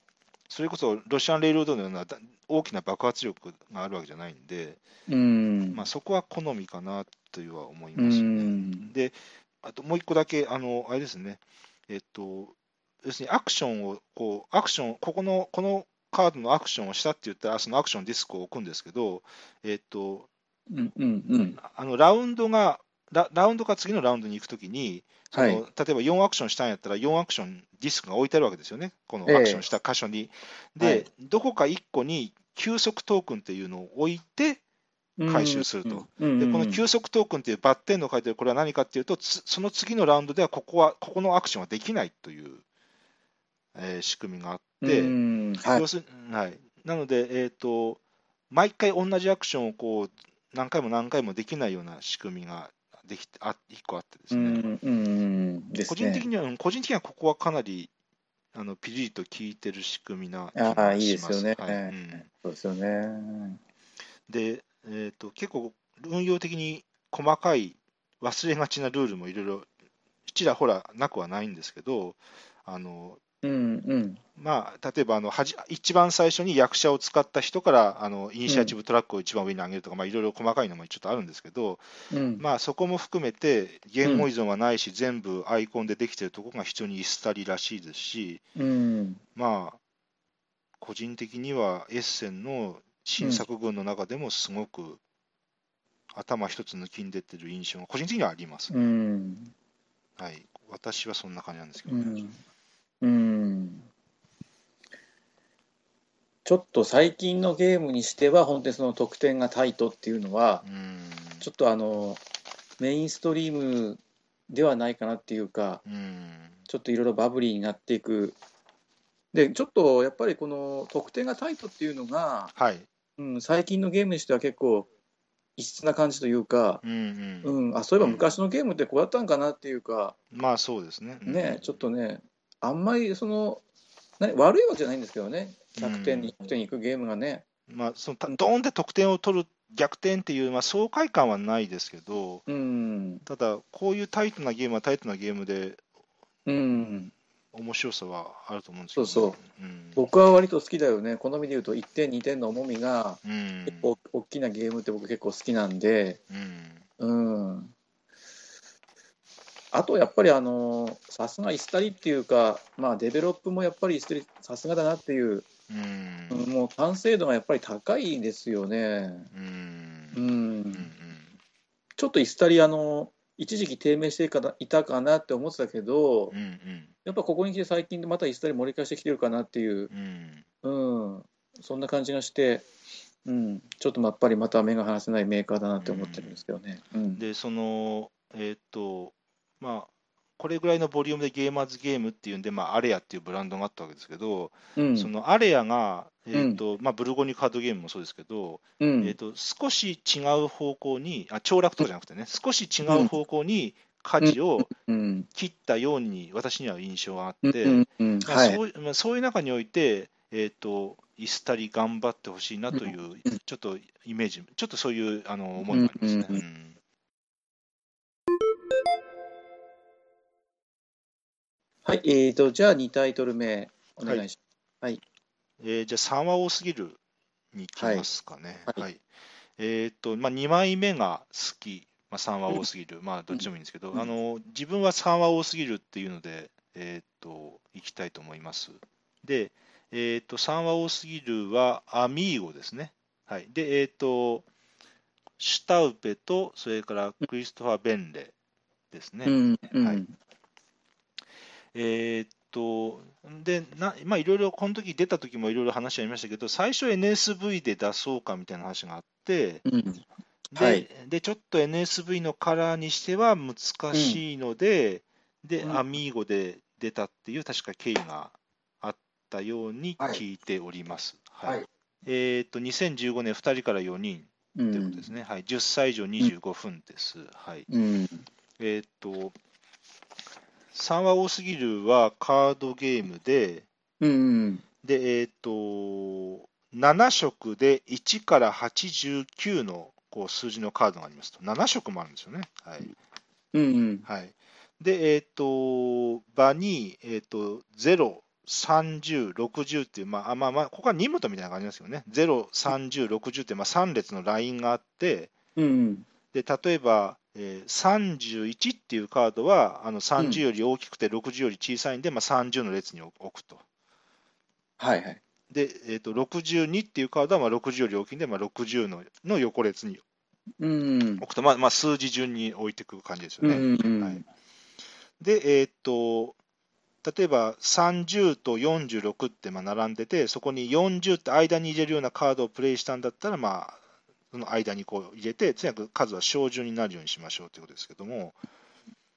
S2: それこそロシアンレールロードのようなだ大きな爆発力があるわけじゃないんで、
S1: うん
S2: まあ、そこは好みかなというは思いうますよね。
S1: ん
S2: で、あともう一個だけ、あの、あれですね、えっと、要するにアクションを、こう、アクション、ここの、このカードのアクションをしたって言ったら、そのアクションディスクを置くんですけど、えっと、
S1: うんうんうん
S2: あのラウンドがラ、ラウンドから次のラウンドに行くときに、その
S1: はい
S2: 例えば4アクションしたんやったら、4アクションディスクが置いてあるわけですよね、この
S1: ええ
S2: アクションした箇所に。
S1: は
S2: で
S1: い、
S2: どこか1個に休息トークンっていうのを置いて、回収すると。
S1: うんうんうん
S2: で
S1: うん
S2: この休息トークンっていうバッテンの書いてるこれは何かっていうとつその次のラウンドではここはここのアクションはできないという、えー仕組みがあって、
S1: うんはい
S2: 要するにはい、なので、えーと、毎回同じアクションをこう何回も何回もできないような仕組みができてあ1個あってです
S1: う
S2: ね、
S1: んうんですね
S2: 個人的にはうん個人的にはここはかなりあのピリリと効いてる仕組みな気
S1: ああ
S2: が
S1: いい
S2: し
S1: で
S2: ます
S1: よね、
S2: はいうん
S1: そうですよね
S2: で、えー、と結構運用的に細かい忘れがちなルールもいろいろちらほらなくはないんですけどあの、
S1: うんうん
S2: まあ、例えばあのはじ一番最初に役者を使った人からあのイニシアチブトラックを一番上に上げるとか、まあ、いろいろ細かいのもちょっとあるんですけど、
S1: うん
S2: まあ、そこも含めて言語依存はないし、全部アイコンでできてるところが非常にイスタリらしいですし、
S1: うん
S2: まあ、個人的にはエッセンの新作群の中でもすごく頭一つ抜きんでってる印象が個人的にはあります。
S1: うん
S2: はい、私はそんな感じなんですけ
S1: う
S2: どね。
S1: んうんちょっと最近のゲームにしては本当にその得点がタイトっていうのは
S2: うん
S1: ちょっとあのメインストリームではないかなっていうか
S2: うん
S1: ちょっといろいろバブリーになっていくでちょっとやっぱりこの得点がタイトっていうのが、
S2: はい。
S1: うん、最近のゲームにしては結構異質な感じというか、
S2: うんうん
S1: うん、あそういえば昔のゲームってこうだったんかなっていうか、
S2: まあそうですね。うん
S1: ね、ちょっとね、あんまりその、な悪いわけじゃないんですけどね、100点、
S2: うん
S1: 200点いくゲームがね、
S2: まあ、そのたドーンで得点を取る逆転っていう、まあ、爽快感はないですけど、
S1: うん、
S2: ただ、こういうタイトなゲームはタイトなゲームで
S1: うん、
S2: 面白さはあると思うんですけど、ね、。
S1: そうそう
S2: ん、
S1: 僕は割と好きだよね、好みで言うと1点、2点の重みが、
S2: うん、
S1: 結構大きなゲームって僕、結構好きなんで、
S2: うん
S1: うん。あとやっぱりあのさすがイスタリっていうか、まあ、デベロップもやっぱりイスタリさすがだなっていう、
S2: う
S1: うんんもう完成度がやっぱり高いですよね。
S2: う
S1: うんん
S2: う
S1: ちょっとイスタリアの一時期低迷していかないたかなって思ってたけど、
S2: んうん
S1: やっぱここに来て最近またイスタリア盛り返してきてるかなっていう、
S2: うん
S1: うん、そんな感じがして、うん、ちょっとやっぱりまた目が離せないメーカーだなって思ってるんですけどね。う
S2: うん
S1: ん
S2: でそのえーっとまあこれぐらいのボリュームでゲーマーズゲームっていうんで、まあ、アレアっていうブランドがあったわけですけど、
S1: うん
S2: そのアレアが、えーっとまあ、ブルゴニカードゲームもそうですけど、
S1: う
S2: えーっ
S1: ん
S2: と少し違う方向にあ凋落とかじゃなくてね少し違う方向に舵を
S1: うん
S2: 切ったように私には印象があ
S1: う
S2: って、
S1: んうん
S2: まあ
S1: はい
S2: そういまあ、そういう中において、えー、とイスタリ頑張ってほしいなという、ちょっとイメージ、ちょっとそういうあの思いがありますね。
S1: うんう
S2: うん
S1: はい、えーと、じゃあ2タイトル目、お願いし
S2: えーじゃあ、3は多すぎるに行きますかね。
S1: はい
S2: はいえーとまあ、2枚目が好き、まあ、3は多すぎる、まあ、どっちでもいいんですけど、
S1: うん
S2: あの自分は3は多すぎるっていうので、えー、と行きたいと思います。で、えー、と3は多すぎるはアミーゴですね。はい、で、えー、とシュタウペとそれからクリストファー・ベンレですね。
S1: ます。うんうん
S2: はいえーっと、で、なまあ、いろいろ、この時出た時もいろいろ話ありましたけど、最初 NSV で出そうかみたいな話があって、
S1: うん
S2: で、
S1: はい
S2: でちょっと NSV のカラーにしては難しいので、で、
S1: うん
S2: アミーゴで出たっていう、確か経緯があったように聞いております。はい
S1: はい
S2: えーっと、2015年2人から4人
S1: う
S2: ということです
S1: ん
S2: ね。はい。10歳以上25分です。はい。
S1: うん
S2: えーっと、3は多すぎるはカードゲームで、
S1: うん
S2: で、えーっと、7色で1から89のこう数字のカードがありますと。7色もあるんですよね。はい。
S1: うん
S2: はい、で、えーっと、場に、えーっと、0、30、60っていう、まあ、まあ、まあ、ここはニムトみたいな感じなんですよね。0、30、60って、まあ、3列のラインがあって、
S1: うん
S2: で例えば、えー31っていうカードはあの30より大きくて60より小さいんで、まあ、30の列に置くと。
S1: はいはい
S2: で、えー、と62っていうカードはまあ60より大きいんで、まあ、60のの横列に
S1: うん
S2: 置くと、まあまあ、数字順に置いていく感じですよ
S1: うん
S2: ね。
S1: うん
S2: はい、で、えー、と例えば30と46ってまあ並んでてそこに40って間に入れるようなカードをプレイしたんだったら、まあ、その間にこう入れて、とにかく数は小順になるようにしましょうということですけども、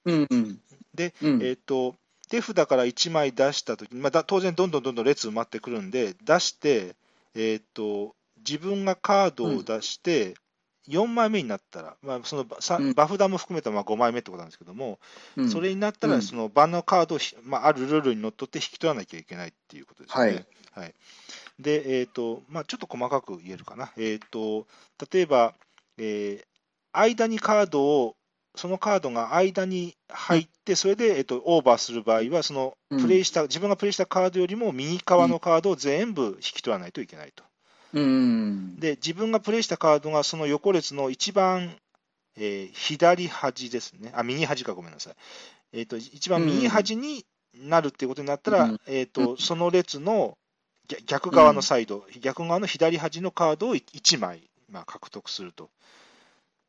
S1: うんうん
S2: で、
S1: うん
S2: えっと手札から1枚出したときに、まあだ、当然、どんどんどんどん列埋まってくるんで、出して、えっと自分がカードを出して、4枚目になったら、まあ、そのバさ
S1: うん
S2: バフダも含めたまあ5枚目ってことなんですけども、
S1: うん
S2: それになった
S1: う
S2: ら、
S1: ん
S2: その場のカードをひ、まあ、あるルールにのっとって引き取らなきゃいけないっていうことですよね。
S1: はい
S2: はいで、えーとまあ、ちょっと細かく言えるかな。えー、と例えば、えー間にカードを、そのカードが間に入って、それで、えー、とオーバーする場合は、その
S1: うん
S2: プレイした、自分がプレイしたカードよりも右側のカードを全部引き取らないといけないと。
S1: うん
S2: で、自分がプレイしたカードがその横列の一番、えー左端ですね。あ、右端か、ごめんなさい。えっ、と、一番右端になるっていうことになったら、
S1: うん
S2: えっ、と、その列の逆逆側のサイド、逆側の左端のカードを1枚、まあ、獲得すると。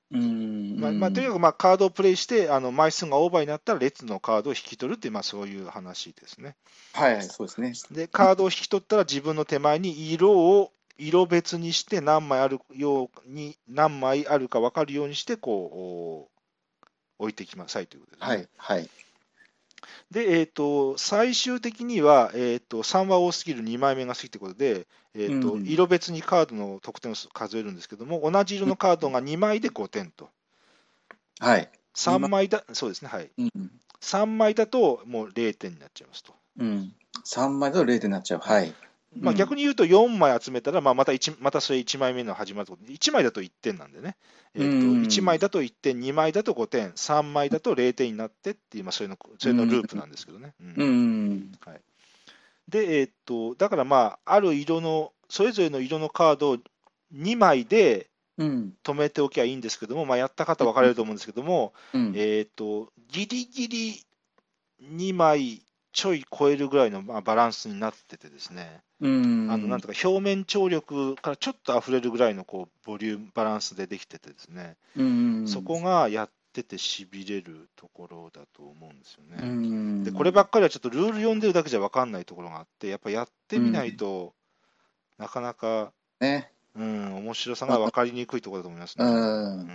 S1: うん
S2: まあ、まあ、とにかく、まあ、カードをプレイして、あの枚数がオーバーになったら、列のカードを引き取るっていう、まあ、そういう話ですね。
S1: はいはいそうですね
S2: で、カードを引き取ったら自分の手前に色を色別にして何枚あるように何枚あるか分かるようにしてこうお置いてきなさいということです、ね。
S1: はいはい
S2: で、えーと、最終的には、えー、と3は多すぎる2枚目が好きということで、えーと
S1: うん
S2: 色別にカードの得点を数えるんですけども同じ色のカードが2枚で5点と
S1: はい
S2: 3枚だそうですねはい
S1: うん
S2: 3枚だともう0点になっちゃいますと。
S1: うん3枚だと0点になっちゃうはい
S2: まあ、
S1: うん
S2: 逆に言うと4枚集めたら、まあ、また1またそれ1枚目の始まるところ1枚だと1点なんでね、えーと
S1: うん
S2: 1枚だと1点2枚だと5点3枚だと0点になってっていう、まあ、それのそれのループなんですけどね、うん
S1: うん
S2: で、えー、とだからまあある色のそれぞれの色のカードを2枚で
S1: うん
S2: 止めておきゃいいんですけども、まあ、やった方分かれると思うんですけども、
S1: うん
S2: えー、とギリギリ2枚ちょい超えるぐらいの、まあ、バランスになっててですね、
S1: うん
S2: あのなんとか表面張力からちょっと溢れるぐらいのこうボリュームバランスでできててですね、
S1: うん
S2: そこがやっててしびれるところだと思うんですよ
S1: う
S2: ね。
S1: ん
S2: でこればっかりはちょっとルール読んでるだけじゃ分かんないところがあってやっぱやってみないと、なかなか、
S1: ね
S2: うん、面白さが分かりにくいところだと思います
S1: う
S2: ね。
S1: ん
S2: うん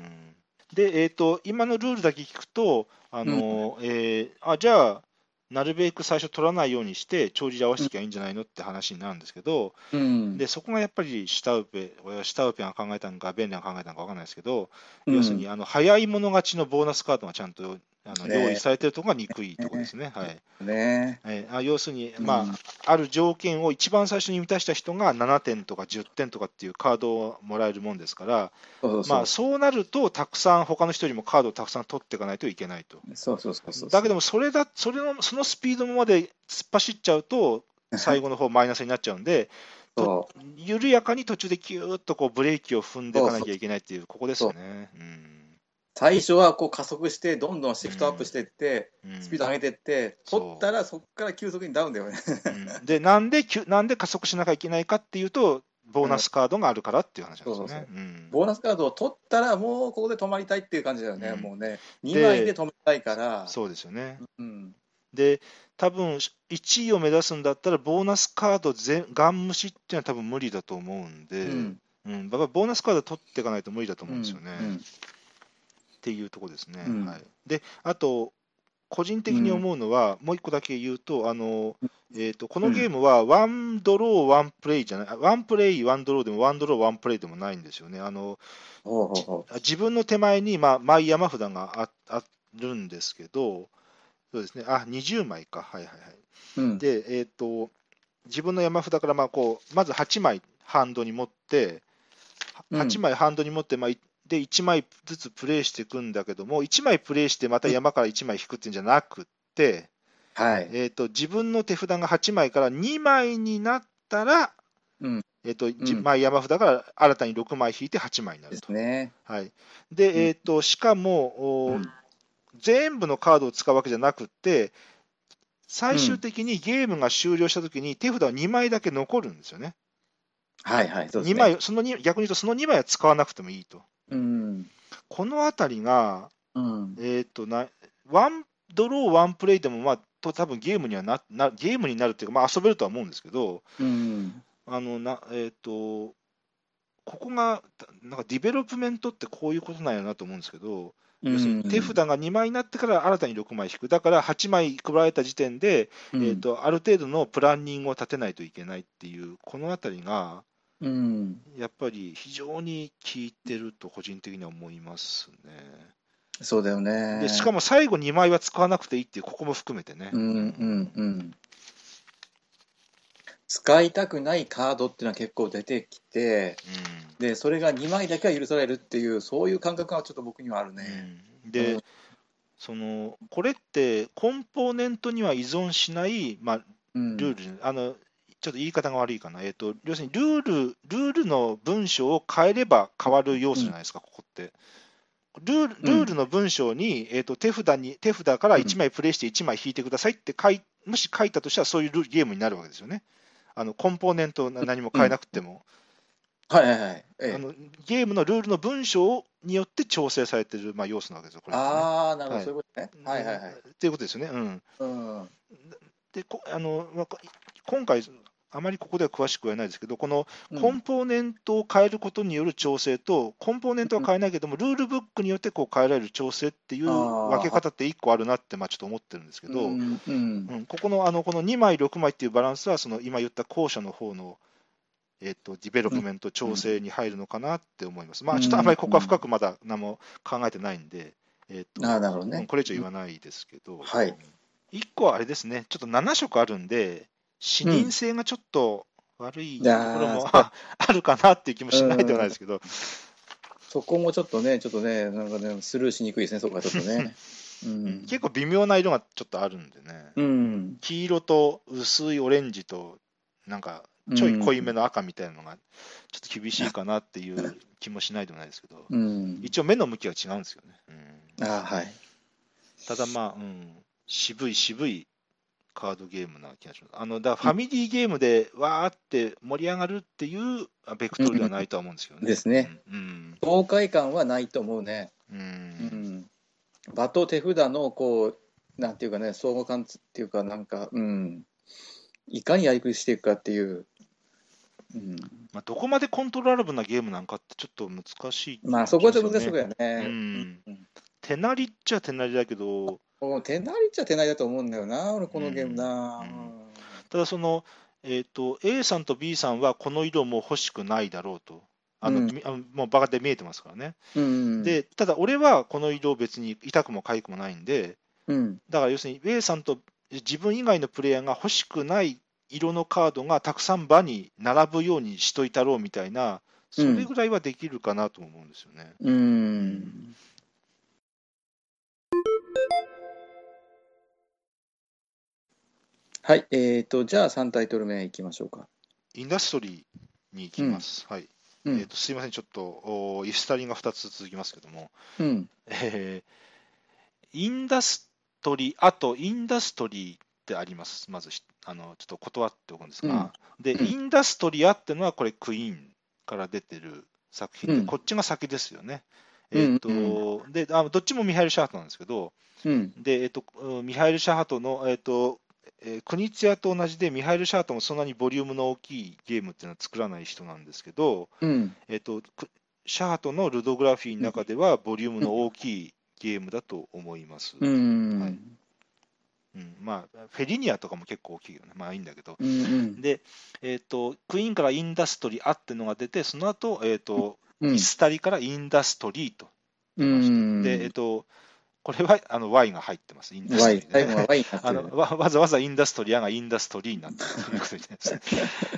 S2: で、えー、と今のルールだけ聞くとあの、えーあじゃあなるべく最初取らないようにして帳尻合わせてきゃいいんじゃないのって話になるんですけど、
S1: うん
S2: でそこがやっぱりシュタウペ、俺はシュタウペが考えたのか、ベンレンが考えたのか分かんないですけど、
S1: うん
S2: 要するにあの早い者勝ちのボーナスカードがちゃんとあの
S1: ねえ
S2: 用意されてるところが憎いところで すね。はい
S1: ね
S2: えーあ要するに、
S1: うん
S2: まあ、ある条件を一番最初に満たした人が7点とか10点とかっていうカードをもらえるもんですから、
S1: そう
S2: ま
S1: そ
S2: あ、
S1: うそ
S2: そうなると、たくさん他の人よりもカードをたくさん取っていかないといけないと。
S1: うそうそうそうそう
S2: だけどもそれだそれの、そのスピードまで突っ走っちゃうと、最後の方マイナスになっちゃうんで、
S1: そ
S2: 緩やかに途中でキューッとこうブレーキを踏んでいかなきゃいけないっていう、ここですよね。うん
S1: 最初はこう加速してどんどんシフトアップしていって、
S2: うん
S1: スピード上げていって、
S2: そう
S1: 取ったらそこから急速にダウンだよね。
S2: うんでなんできゅ、なんで加速しなきゃいけないかっていうと、ボーナスカードがあるからっていう話なんですよ
S1: そう
S2: ね
S1: そ。
S2: うん
S1: ボーナスカードを取ったらもうここで止まりたいっていう感じだよね、
S2: うん
S1: もうね2枚で止めたいから
S2: そうですよね。
S1: うん
S2: で、多分1位を目指すんだったら、ボーナスカード全ガン無視っていうのは多分無理だと思うん
S1: う
S2: で、
S1: ん
S2: うん、だからボーナスカード取っていかないと無理だと思うんですよね。
S1: うん
S2: っていうところですね。
S1: うん
S2: はい、であと個人的に思うのは、もう一個だけ言うと、あのえー、とこのゲームはワンドロー、ワンプレイじゃない、あワンプレイ、ワンドローでも、ワンドロー、ワンプレイでもないんですよね。あの
S1: ほうほうほ
S2: 自分の手前に、まあ、毎山札がああるんですけど、そうですね、あ20枚か、はいはいはい。
S1: ううん
S2: で、えー、と自分の山札からまあこうまず8枚ハンドに持って
S1: うん
S2: 8枚ハンドに持って、まあいで1枚ずつプレイしていくんだけども1枚プレイしてまた山から1枚引くっていうんじゃなくって、
S1: はい
S2: えー、と自分の手札が8枚から2枚になったら、
S1: うん
S2: えーとじ
S1: うん
S2: 枚山札から新たに6枚引いて8枚にな
S1: で
S2: る
S1: す
S2: と。
S1: ね
S2: はい、
S1: うん
S2: で、えー、としかも、おー
S1: うん
S2: 全部のカードを使うわけじゃなくって、最終的にゲームが終了したときに手札は2枚だけ残るんですよね。
S1: はいはいそうです
S2: 2
S1: ね
S2: 枚その2逆に言うと、その2枚は使わなくてもいいと。
S1: うん
S2: このあたりが、
S1: うん
S2: えー、となワンドロー、ワンプレイでも、まあ、と多分ゲームにはななゲームになるっていうか、まあ、遊べるとは思うんですけど、
S1: うん
S2: あのなえー、とここが、なんかディベロップメントってこういうことなんやなと思うんですけど、
S1: うん
S2: 要するに手札が2枚になってから新たに6枚引く、だから8枚配られた時点で、
S1: うん
S2: えー、とある程度のプランニングを立てないといけないっていう、このあたりが、
S1: うん、
S2: やっぱり非常に効いてると、個人的には思います
S1: そうだよ
S2: ね。
S1: ね。
S2: でしかも最後2枚は使わなくていいっていう、ここも含めてね。
S1: うんうんうん、使いたくないカードっていうのは結構出てきてでそれが2枚だけは許されるっていうそういう感覚がちょっと僕にはある
S2: う
S1: ね。
S2: んうんで、
S1: うん
S2: そのこれってコンポーネントには依存しない、まあ、
S1: うん
S2: ルール、あのちょっと言い方が悪いかな、えっと要するにルールルールの文章を変えれば変わる要素じゃないですか、ここって。ルールルールの文章に、えっと手札に手札から1枚プレイして1枚引いてくださいって書い、もし書いたとしたら、そういうルールゲームになるわけですよね。あのコンポーネントを何も変えなくても、
S1: はいはいはい。ええ
S2: あのゲームのルールの文章によって調整されてる、まあ、要素なわけですよ、これってね、
S1: ああなるほど、
S2: はい
S1: そういうことね。はいはいはい。
S2: っていうことですよね。うん
S1: うん
S2: でこあのまあこ今回、あまりここでは詳しくは言えないですけど、この
S1: うん
S2: コンポーネントを変えることによる調整と、コンポーネントは変えないけども、ルールブックによってこう変えられる調整っていう
S1: あー
S2: 分け方って1個あるなって、まあ、ちょっと思ってるんですけど、
S1: う
S2: うん
S1: んうん
S2: ここのあのこの2枚、6枚っていうバランスは、その今言った後者の方の。えっとディベロップメント調整に入るのかなって思います。まあちょっとあんまりここは深くまだ何も考えてないんで、えっと
S1: あーなるほどね
S2: うんこれ以上言わないですけど、
S1: はい
S2: 1個はあれですね、ちょっと7色あるんで、視認性がちょっと悪い
S1: うん
S2: ところもあるかなっていう気もしないではないですけど、
S1: そこもちょっとねちょっとねなんかねスルーしにくいですねそこはちょっと ね。うん
S2: 結構微妙な色がちょっとあるんでね、
S1: うん
S2: 黄色と薄いオレンジと、なんかちょい濃いめの赤みたいなのが、ちょっと厳しいかなっていう気もしないでもないですけど、
S1: うん、
S2: 一応目の向きは違うんですよね。うん
S1: あーはい。
S2: ただまあ、うん、渋い渋いカードゲームな気がします。あのだからファミリーゲームでわーって盛り上がるっていうあベクトルではないとは思うんですけどね。
S1: ですね。
S2: うん。
S1: 爽快感はないと思うね。
S2: うん。
S1: うん、場と手札のこうなんていうかね相互感っていうかなんか、うん、いかにやりくりしていくかっていう、うん、
S2: まあ、どこまでコントローラブなゲームなんかってちょっと難しい、
S1: まあそこはちょっと難しいとこ
S2: ね。
S1: だよね。
S2: うん
S1: うん
S2: 手なりっちゃ手なりだけど、
S1: もう手なりっちゃ手なりだと思うんだよな俺このゲームな。
S2: うん
S1: うん
S2: ただその、えー、と A さんと B さんはこの色もう欲しくないだろうと。あの
S1: うん
S2: みあのもうバカで見えてますからね。
S1: うん、
S2: で、ただ俺はこの色別に痛くも痒くもないんで、
S1: うん
S2: だから要するに、ウェイさんと自分以外のプレイヤーが欲しくない色のカードがたくさん場に並ぶようにしといたろうみたいな、それぐらいはできるかなとも思うんですよね。
S1: うんはい、えー、とじゃあ3タイトル目いきましょうか。
S2: インダストリーに行きます。はい
S1: うん
S2: えー、とすいません、ちょっとおーイスタリンが2つ続きますけども、
S1: うん
S2: えーインダストリー、あとインダストリーってあります、まずひあのちょっと断っておくんですが、で
S1: うん
S2: インダストリアってのは、これ、クイーンから出てる作品で、
S1: うん
S2: こっちが先ですよね。
S1: うん
S2: えーとであのどっちもミハイル・シャハトなんですけど、
S1: うん
S2: でえー、とうんミハイル・シャハトの、えーとえークニツヤと同じで、ミハイル・シャハトもそんなにボリュームの大きいゲームっていうのは作らない人なんですけど、
S1: うん
S2: えっと、くシャハトのルドグラフィーの中ではボリュームの大きいゲームだと思います。
S1: う
S2: は
S1: ん
S2: いうんまあ、フェリニアとかも結構大きいよね。まあいいんだけど。
S1: うん
S2: で、えっと、クイーンからインダストリアってのが出て、その後、えっと、
S1: うん
S2: イスタリからインダストリーと。
S1: うん
S2: で、えっと、これはあの Y が入ってます。インダスト
S1: ワ
S2: リ
S1: イ
S2: ー、
S1: 最
S2: で
S1: 後
S2: ね
S1: はワイになって
S2: あ
S1: る
S2: のわわざわざインダストリアがインダストリーになってるということになります。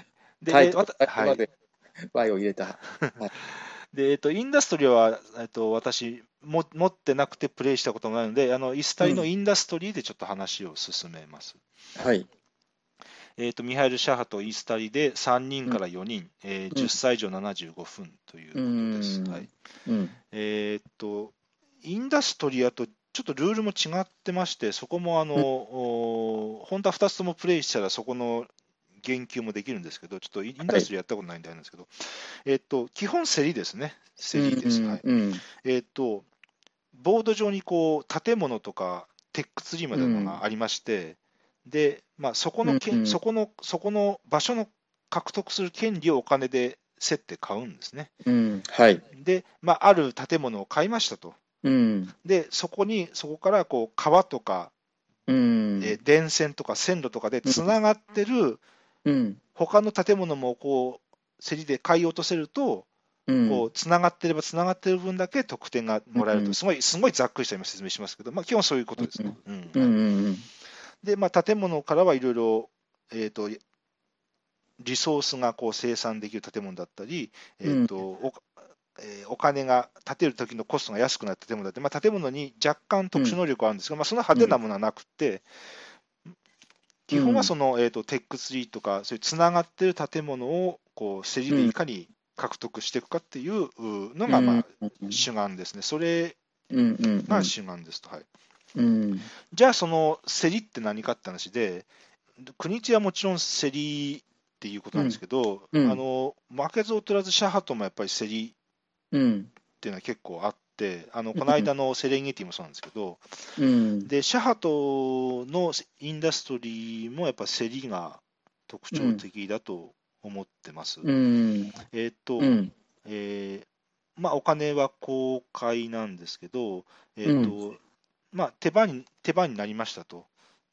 S2: で、
S1: タ
S2: え
S1: イ
S2: っ
S1: ト
S2: とわ
S1: ル
S2: たは
S1: ま
S2: い
S1: でワイを入れた。
S2: で、えっと、インダストリーは、えっと、私も、持ってなくてプレイしたこともないので、あの、イスタリのインダストリーでちょっと話を進めます。
S1: はい。
S2: えっと、ミハイル・シャハとイスタリで3人から4人、え
S1: う
S2: ー
S1: ん
S2: 10歳以上75分ということです。
S1: うん
S2: はい、
S1: うん。
S2: えっと、インダストリアとちょっとルールも違ってまして、そこも、あの、
S1: うん
S2: お本当は2つともプレイしたら、そこの言及もできるんですけど、ちょっとインインダストリーやったことないんであれなんですけど、えっと、基本、競りですね。競りです。はい。
S1: うん。
S2: えー、とボード上にこう建物とか鉄骨リまでの
S1: う
S2: が
S1: ん
S2: ありまして、でまあ、そこのけ、
S1: うんうん
S2: そこのそこの場所の獲得する権利をお金で設定買うんですね。
S1: うん、はい。
S2: で、まあ、ある建物を買いましたと。
S1: うん、
S2: で、そこに、そこからこう川とか、
S1: うん、
S2: えー電線とか線路とかでつながってる
S1: うん、
S2: 他の建物もこう、競りで買い落とせると、
S1: うん、
S2: こうつながってればつながってる分だけ得点がもらえる
S1: うんう
S2: と、
S1: ん
S2: すごい、すごいざっくりした今説明しますけど、まあ、基本そういうことですね。うん
S1: うん、うん、
S2: で、まあ、建物からはいろいろ、えー、とリソースがこう生産できる建物だったり、えーとおえーお金が建てる時のコストが安くなる建物だって、まあ、建物に若干特殊能力があるんですが、まあ、そんな派手なものはなくて、基本はその、えー、とテックツリーとか、そういうつながってる建物をこう競りでいかに獲得していくかっていううのが、まあ、
S1: うん
S2: 主眼ですね。それ
S1: うん、うん、
S2: が主眼ですと。はい
S1: うん、
S2: じゃあその競りって何かって話で国一はもちろん競りっていうことなんですけど、
S1: うんうん
S2: あの負けず劣らずシャハトもやっぱり競り
S1: うん、
S2: っていうのは結構あってあの
S1: うん
S2: この間のセレンゲティもそうなんですけど、
S1: うん、
S2: でシャハトのインダストリーもやっぱ競りが特徴的だと思ってます。
S1: うん、
S2: えーっと、
S1: うん、
S2: えーまあ、お金は公開なんですけど、えーとまあ、手番に手番になりましたと。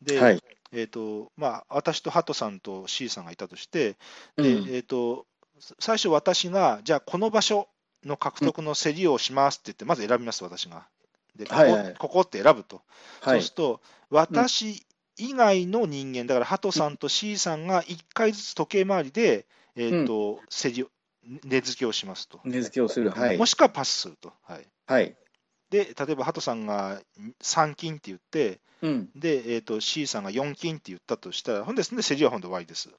S2: で、
S1: はい
S2: えーとまあ、私とハトさんと C さんがいたとして、
S1: う
S2: でえ
S1: ん、
S2: ー、とさ最初私が、じゃあこの場所の獲得の競りをしますって言って、まず選びます、私が。で、ここ,、
S1: はいはい
S2: ここって選ぶと。
S1: は
S2: そう
S1: い
S2: する、と、私以外の人間、だから、ハトさんと C さんが1回ずつ時計回りで、えーと競りを値付けをしますと。
S1: 値付けをする、はい
S2: も、しくはパスすると。はい、
S1: はい、
S2: で、例えば、ハトさんが3金って言って、
S1: うん、
S2: で、えー、と C さんが4金って言ったとしたら、ほんですね、競りはほんで終わりです。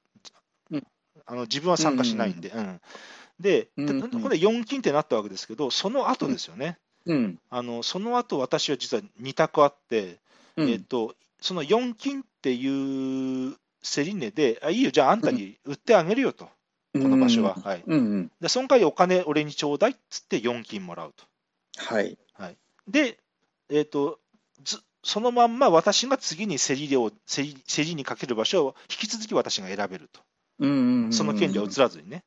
S1: うん
S2: あの自分は参加しないんで。うんで、
S1: うん
S2: でほんで4金ってなったわけですけど、その後ですよね。
S1: うん、
S2: あのその後私は実は2択あって、
S1: う
S2: えー、
S1: ん、
S2: とその4金っていう競り値で、あいいよ、じゃああんたに売ってあげるよと、この場所は。、はい、
S1: うん、うん、
S2: でその代わりお金俺にちょうだいっつって4金もらうと。
S1: はい、
S2: で、えー、とずそのまんま私が次に競り量競り競りにかける場所を引き続き私が選べると、
S1: うん、うん、
S2: その権利は移らずにね。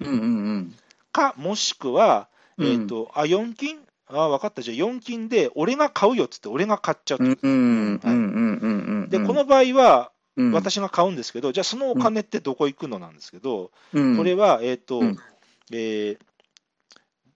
S1: うん、うん、
S2: か、もしくは、え
S1: うん
S2: ーとあ4金あ分かった、じゃあ4金で俺が買うよっつって、俺が買っちゃう
S1: うん、
S2: と。
S1: うん、うん、うん、
S2: で、この場合は
S1: の、
S2: 私が買うんですけど、じゃあそのお金ってどこ行くのなんですけど、
S1: こ
S2: これは、えーと
S1: うん
S2: えー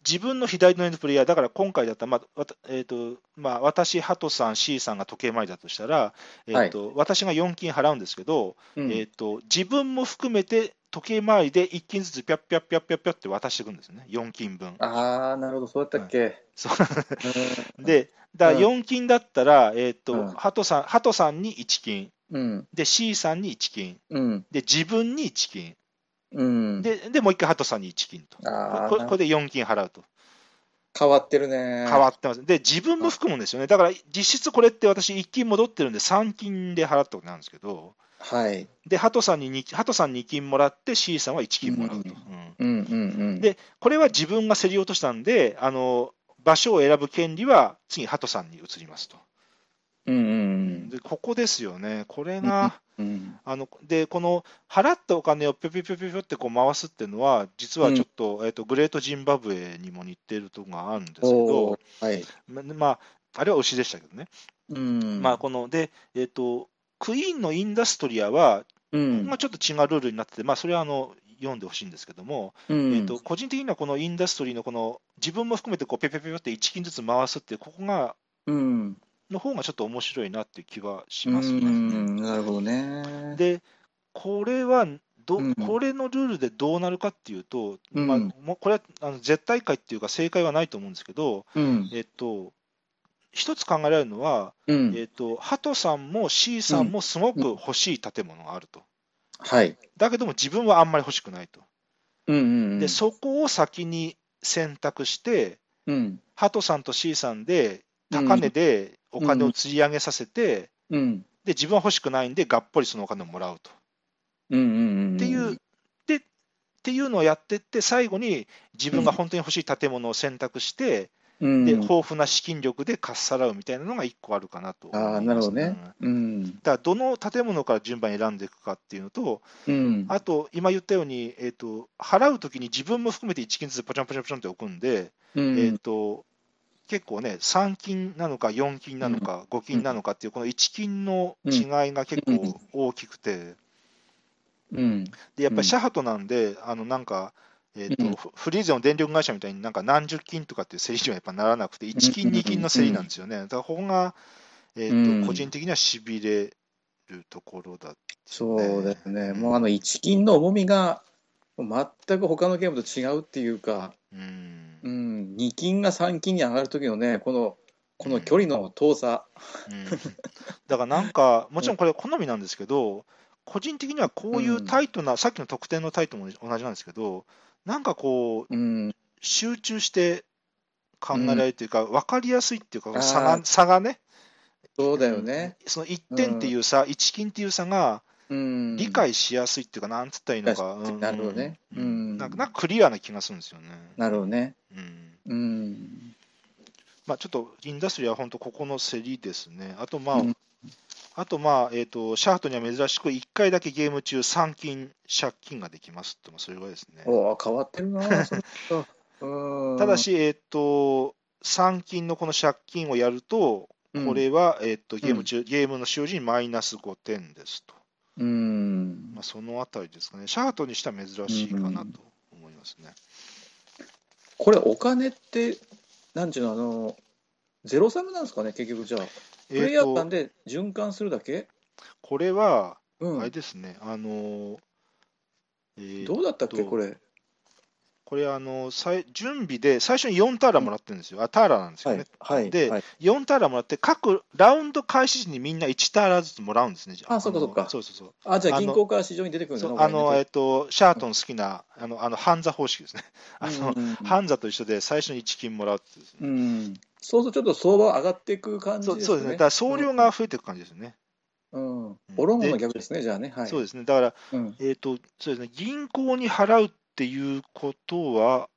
S2: 自分の左のエンドプレイヤー、だから今回だったら、まあわたえーとまあ、私、ハトさん、C さんが時計回りだとしたら、えーと私が4金払うんですけど、えーと、自分も含めて時計回りで1金ずつぴゃっぴゃっぴゃっぴゃっぴゃって渡していくんですよね、4金分。
S1: ああ、なるほど、そうだったっけ。
S2: そ うで、だから4金だったら、えーと
S1: うん
S2: ハトさんハトさんに1金
S1: うん、
S2: で、C さんに1金
S1: うん、
S2: で、自分に1金
S1: うん。
S2: で、でもう一回ハトさんに1金と。
S1: あー
S2: これこれで4金払うと。
S1: 変わってるね。
S2: 変わってます。で、自分も含むんですよね。だから実質これって私、1金戻ってるんで、3金で払ったことなんですけど、
S1: はい。
S2: で、ハトさんに 2, ハトさん2金もらって、C さんは1金もらう
S1: う
S2: と。
S1: ん
S2: うん
S1: うんうんうん。
S2: で、これは自分が競り落としたんで、あの場所を選ぶ権利は次、ハトさんに移りますと。
S1: うんうん
S2: で、ここですよね。これが、
S1: うん。うん
S2: あので、この払ったお金をぴょぴょぴょぴょぴょってこう回すっていうのは、実はちょっと,、えっと、グレートジンバブエにも似てるとこがあるんですけ
S1: お
S2: ど
S1: ー、はい。
S2: ままあ、あれは牛でしたけどね。
S1: うん。
S2: まあ、こので、えっとクイーンのインダストリアは、
S1: うん、
S2: まあ、ちょっと違うルールになってて、まあ、それはあの読んでほしいんですけども、
S1: うん、
S2: えっと個人的にはこのインダストリーのこの自分も含めてこうペペペペって1金ずつ回すっていうここが
S1: うん。
S2: の方がちょっと面白いなっていう気はし
S1: う
S2: ますね。
S1: ん、なるほどね。
S2: でこれはど、
S1: うん
S2: これのルールでどうなるかっていうと、
S1: うん
S2: まあ、もうこれはあの絶対解っていうか正解はないと思うんですけど、
S1: うん。
S2: えっと、一つ考えられるのは、
S1: うん。
S2: えー、とハトさんも C さんもすごく欲しい建物があると、
S1: はい。
S2: だけども自分はあんまり欲しくないと、
S1: うんうん。
S2: でそこを先に選択して、
S1: うん。
S2: ハトさんと C さんで高値でお金を釣り上げさせて、で
S1: うん。
S2: 自分は欲しくないんで、がっぽりそのお金をもらうと。
S1: うんうんうん。
S2: っていう、。でっていうのをやってって、最後に自分が本当に欲しい建物を選択して、
S1: うん
S2: で、豊富な資金力でかっさらうみたいなのが1個あるかなと思います
S1: ああ、なるほどね
S2: うん。
S1: うん。
S2: だからどの建物から順番に選んでいくかっていうのと、
S1: うん。
S2: あと今言ったように、えー、と払うときに自分も含めて1金ずつポチャンポチャンポチャンって置くんで、
S1: う
S2: え
S1: ん
S2: ー、と結構ね、3金なのか4金なのか5金なのかっていう、この1金の違いが結構大きくて、
S1: うん。
S2: でや
S1: う
S2: っぱ
S1: ん
S2: りシャハトなんで、あのなんか、えーと
S1: うん
S2: フフリーゼの電力会社みたいになんか何十金とかっていう競りにはやっぱならなくて、1金、
S1: うん
S2: 2金の競りなんですよね。だからここが、え
S1: う
S2: ー
S1: ん
S2: と個人的にはしびれるところだ
S1: そうだよね。
S2: うん
S1: もうあの、一金の重みが、全く他のゲームと違うっていうか、
S2: うん
S1: うん、二金が三金に上がる時のね、この、この距離の遠さ。
S2: うんだからなんか、もちろんこれ、好みなんですけど、個人的にはこういうタイトな、さっきの得点のタイトも同じなんですけど、なんかこ
S1: う
S2: う、
S1: ん。
S2: 集中して考えられるというか、分かりやすいっていう
S1: あー
S2: か、差が差がね、
S1: そうだよね。
S2: その1点っていう差、1金っていう差が
S1: うん。
S2: 理解しやすいっていうか、なんつったらいいのか、うん
S1: なるほどね。うん。
S2: なんかなんかクリアな気がするんですよね。
S1: なるほどね。
S2: うん
S1: うん。
S2: まあ、ちょっとインダストリーは本当ここの競りですね。あとまあ、
S1: うん
S2: あとまあ、えっ、と、シャフトには珍しく1回だけゲーム中3金借金ができますって、まあそれぐらいですね。
S1: おお変わってる な、それはうん
S2: ただ、し、えっ、と、3金のこの借金をやると、
S1: うん
S2: これは、えっ、と、ゲーム中、ゲームの使用時にマイナス5点ですと。
S1: うん
S2: まあ、そのあたりですかね。シャフトにしては珍しいかなと思いますね。
S1: これお金ってなんちゅうのあのゼロサムなんですかね結局じゃあプレイ
S2: え
S1: ヤ
S2: っ、
S1: ー間
S2: と、
S1: で循環するだけ、
S2: これは、
S1: うん
S2: あれですね、あのー、えー
S1: どうだったっけこれ
S2: これあの最準備で最初に4ターラもらってるんですよ、あターラなんですよね、
S1: はい
S2: で
S1: はい
S2: 4ターラもらって、各ラウンド開始時にみんな1ターラずつもらうんですね、
S1: あそうか
S2: の
S1: そうか
S2: そうそうそう
S1: あじゃあ
S2: あの
S1: 銀行から市場に出てくるんだ
S2: そう
S1: な
S2: あ
S1: お
S2: の、え
S1: 金
S2: っと、シャートン好きな、あの、あのハンザ方式ですね、あ
S1: う
S2: の
S1: んうんうん
S2: ハンザと一緒で最初に1金もらうっていうですね、
S1: うんそうするとちょっと相場は上がっていく感じ
S2: そう
S1: ですね
S2: そうですね、だから総量が増えていく感じですよね、
S1: うんオロンゴの逆ですねじゃあねはい
S2: そうですね、だから、
S1: うん
S2: えっとそうですね、銀行に払うっていうことは、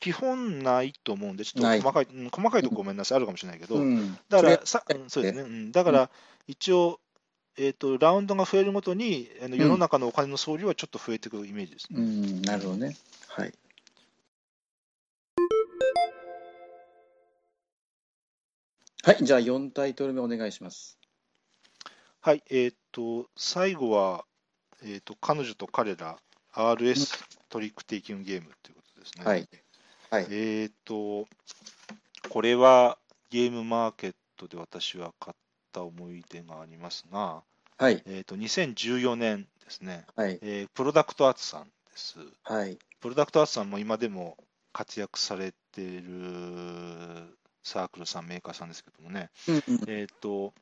S2: 基本ないと思うんで、ちょっと
S1: ない
S2: 細かい、うん細かいとこごめんなさい、あるかもしれないけど。
S1: うん
S2: だか
S1: それ
S2: らさ、うんそうですね、うん、だから一応、えーと、ラウンドが増えるごとに、あの世の中のお金の総量はちょっと増えてくるイメージですね。
S1: うんなるほどねはいはいじゃあ4タイトル目お願いします
S2: はい、えっ、と、最後は、えーと、彼女と彼ら、RS トリックテイキングゲームということですね。
S1: はいはい
S2: えっ、と、これはゲームマーケットで私は買った思い出がありますが、
S1: はい
S2: えっ、と、2014年ですね、
S1: はい
S2: えープロダクトアーツさんです。
S1: はい
S2: プロダクトアーツさんも今でも活躍されているサークルさん、メーカーさんですけどもね、
S1: うん
S2: えっ、と、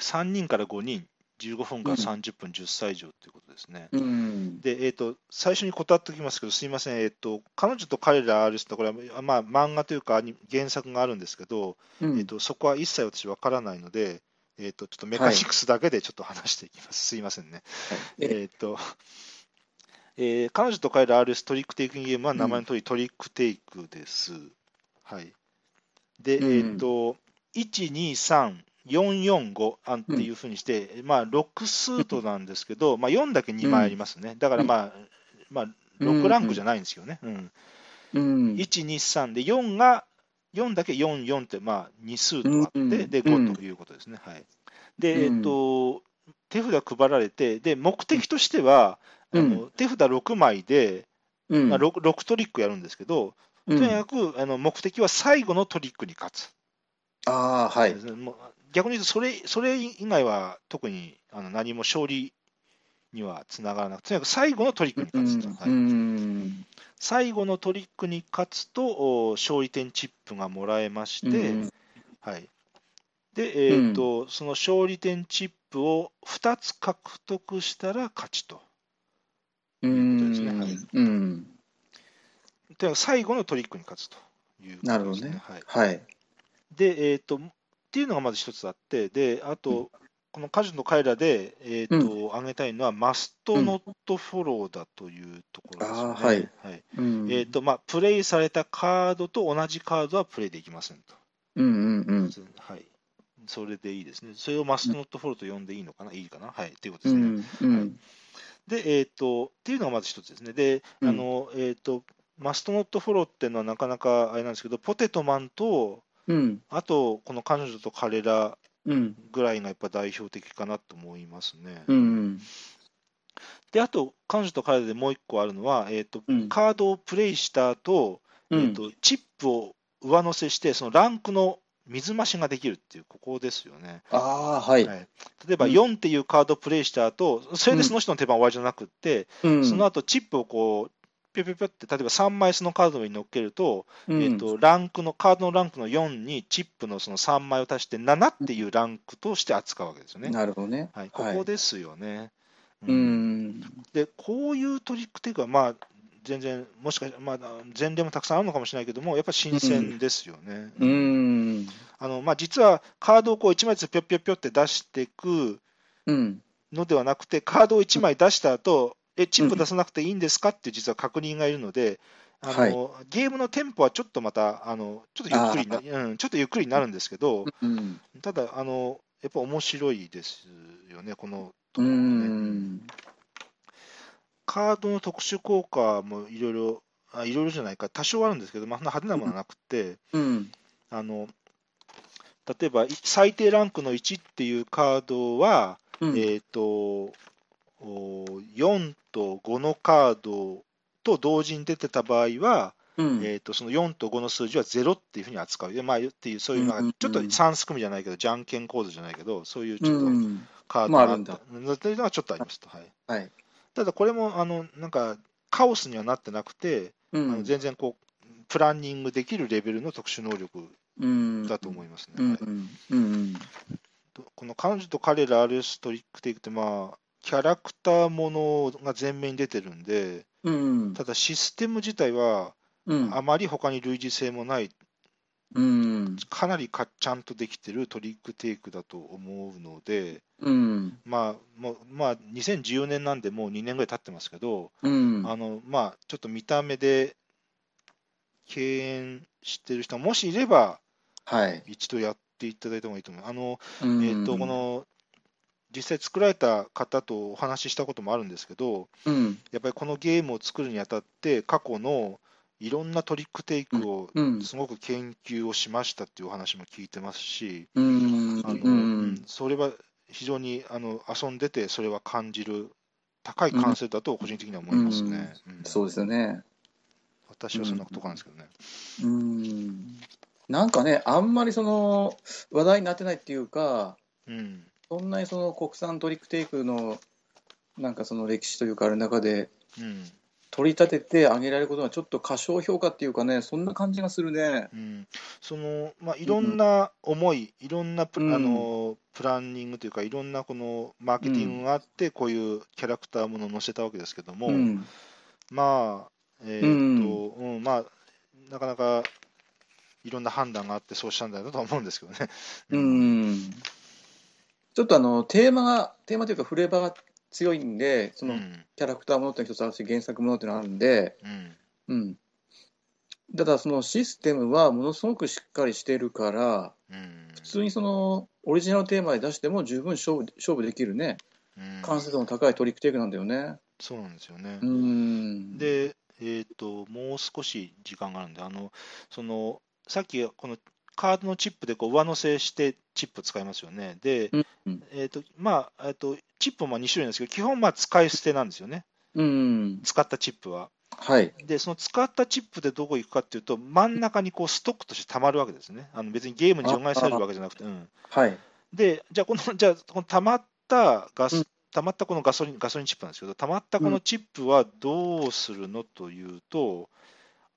S2: 3人から5人、15分から30分、10歳以上ということですね。
S1: うん
S2: で、えっ、と、最初に答っておきますけど、すいません、えっ、と、彼女と彼ら RS と、これは、まあ、漫画というかアニ原作があるんですけど、
S1: うん
S2: えっ、と、そこは一切私わからないので、えっ、と、ちょっとメカニクスだけでちょっと話していきます。すいませんね。
S1: え
S2: えーっと、えー彼女と帰る RS トリックテイキングゲームは名前の通りトリックテイクです。はい。で、
S1: うん
S2: えーっと、1、2、3、4、4、5あんっていうふうにして、まあ、6数となんですけど、まあ、4だけ2枚ありますね。だからまあ、まあ、6ランクじゃないんですよね。うん。
S1: うん
S2: 1、2、3で、4が、4だけ4、4って、まあ、2数とあっ
S1: う
S2: て、
S1: んうん
S2: で、5ということですね。はい。で、え
S1: うん
S2: っと、手札配られて、で、目的としては、あ
S1: うん
S2: の手札6枚で、
S1: うん
S2: まあ、6, 6トリックやるんですけど、
S1: うん
S2: とにかくあの目的は最後のトリックに勝つ。
S1: ああはい
S2: もう逆に言うとそれ、それ以外は特にあの何も勝利にはつながらなく、とにかく最後のトリックに
S1: う
S2: 勝つと。
S1: ん
S2: は
S1: う
S2: い
S1: ん
S2: 最後のトリックに勝つと、お勝利点チップがもらえまして、
S1: うん
S2: はい、で、えーとその勝利点チップを2つ獲得したら勝ちと。
S1: うん
S2: ということですね
S1: うん
S2: で最後のトリックに勝つということです、ね。
S1: なるほどね
S2: はい、
S1: はい
S2: で、えーと、っていうのがまず一つあって、であと、このカジノの彼らで、えーと上げたいのは、マストノットフォローだというところですよね。
S1: あーはい
S2: はい
S1: うん
S2: えーとまあ、プレイされたカードと同じカードはプレイできませんと。
S1: うんうんうん
S2: はい、それでいいですね。それをマストノットフォローと呼んでいいのかな、いいかな、はい、ということ
S1: う
S2: ですね。
S1: んうん
S2: で、えっ、と、っていうのがまず一つですね。で、
S1: うん
S2: あの、えっ、と、マストノットフォローっていうのはなかなかあれなんですけど、ポテトマンと、
S1: うん
S2: あと、この彼女と彼ら
S1: うん
S2: ぐらいがやっぱ代表的かなと思いますね。
S1: うん
S2: で、あと、彼女と彼らでもう一個あるのは、えっ、と、
S1: うん
S2: カードをプレイした後、
S1: う
S2: えっ、
S1: ん
S2: と、チップを上乗せして、そのランクの水増しができるっていう、ここですよね。
S1: ああーはい
S2: はい、例えば
S1: うん
S2: 4っていうカードをプレイした後、それでその人の手番は終わりじゃなくって、
S1: うん
S2: その後チップをこう、ぴょぴょぴょって、例えば3枚そのカードに乗っけると、
S1: うん
S2: えっとランクの、カードのランクの4にチップのその3枚を足して、7っていうランクとして扱うわけですよね。
S1: なるほどね
S2: はい、ここですよね。
S1: う
S2: うん
S1: ん
S2: で、こういうトリックっていうか、まあ、全然、もしかしたら、まあ、前例もたくさんあるのかもしれないけども、やっぱ新鮮ですよね。
S1: うん
S2: あのまあ、実はカードをこう1枚ずつぴょぴょぴょって出していく
S1: うん
S2: のではなくて、カードを1枚出した後、え、チップ出さなくていいんですかって実は確認がいるので、あのゲームのテンポはちょっとまた、あのちょっとゆっくりな、うん、ちょっとゆっくりになるんですけど、
S1: うん
S2: ただあの、やっぱ面白いですよね、このと
S1: う
S2: ころはね。
S1: ん
S2: カードの特殊効果もいろいろ、あいろいろじゃないか、多少あるんですけど、まあ、そんな派手なものはなくて、
S1: うん
S2: あの例えばい最低ランクの1っていうカードは、
S1: うん
S2: えっ、と、お4と5のカードと同時に出てた場合は、
S1: うん
S2: えっとその4と5の数字は0っていうふうに扱う。でまあ、っていう、そういう、なん
S1: うんう
S2: か
S1: ん
S2: ちょっと3すくみじゃないけど、じゃんけん構図じゃないけど、そういうちょっ
S1: う
S2: と
S1: ん
S2: カード
S1: まあ
S2: が
S1: あ
S2: あ
S1: る
S2: っ
S1: ん
S2: た
S1: だ
S2: のというのがちょっとありますと。はい、
S1: はい
S2: ただ、これも、あの、なんか、カオスにはなってなくて、
S1: う
S2: あの
S1: ん
S2: 全然こう、プランニングできるレベルの特殊能力
S1: うん
S2: だと思いますね。
S1: うん
S2: はい
S1: うんうん
S2: とこの彼女と彼ら RS トリックテイクって、まあ、キャラクターものが前面に出てるんで、
S1: うん
S2: ただシステム自体は
S1: うん
S2: あまり他に類似性もない、
S1: うん
S2: かなりかちゃんとできてるトリックテイクだと思うので、
S1: うん
S2: まあ、もうまあ、2014年なんで、もう2年ぐらい経ってますけど、
S1: うん
S2: あのまあ、ちょっと見た目で敬遠してる人、もしいれば、
S1: はい
S2: 一度やっていただいた方がいいと思う。あの
S1: え
S2: えー、とこの実際作られた方とお話ししたこともあるんですけど、
S1: うん
S2: やっぱりこのゲームを作るにあたって、過去のいろんなトリックテイクを
S1: うん
S2: すごく研究をしましたっていうお話も聞いてますし、
S1: うん
S2: あの
S1: うん
S2: それは非常にあの遊んでて、それは感じる高い完成度だと個人的には思いますね。うん
S1: そうですよね
S2: 私はそんなとこなんですけどね。
S1: うんなんかねあんまりその話題になってないっていうか
S2: うん
S1: そんなにその国産トリックテイクのなんかその歴史というかある中で
S2: うん
S1: 取り立ててあげられることがちょっと過小評価っていうかねそんな感じがするね
S2: うん、そのまあいろんな思い、いろんなプ,、
S1: うん
S2: あのプランニングというか、いろんなこのマーケティングがあって、こういうキャラクターものを載せたわけですけども、
S1: うん
S2: まあ、えーっと、うん、まあ、なかなかいろんな判断があって、そうしたんだなとは思うんですけどね。
S1: うんちょっとあのテーマがテーマというかフレーバーが強いんでそうの
S2: ん、
S1: キャラクターものっていうのは一つあるし原作ものっていうのがあるんで、
S2: うん、
S1: うん、ただそのシステムはものすごくしっかりしてるから
S2: うん、
S1: 普通にそのオリジナルテーマで出しても十分勝負勝負できるね
S2: うん
S1: 完成度の高いトリックテイクなんだよね
S2: そうなんですよね。
S1: うん
S2: で、えーっと、もう少し時間があるんで、あの、その、さっき、このカードのチップでこう上乗せしてチップ使いますよね。で
S1: うんうん、
S2: えーっと、まあ、えーっと、チップも2種類なんですけど、基本、まあ、使い捨てなんですよね。
S1: うん
S2: 使ったチップは。
S1: はい
S2: で、その使ったチップでどこ行くかっていうと、真ん中にこうストックとして溜まるわけですね。あの別にゲームに除外されるわけじゃなくて。うん、
S1: はい
S2: で、じゃあ、この、じゃあ、この溜まったガス、溜まったこのガソリン、ガソリンチップなんですけど、溜まったこのチップはどうするのというと、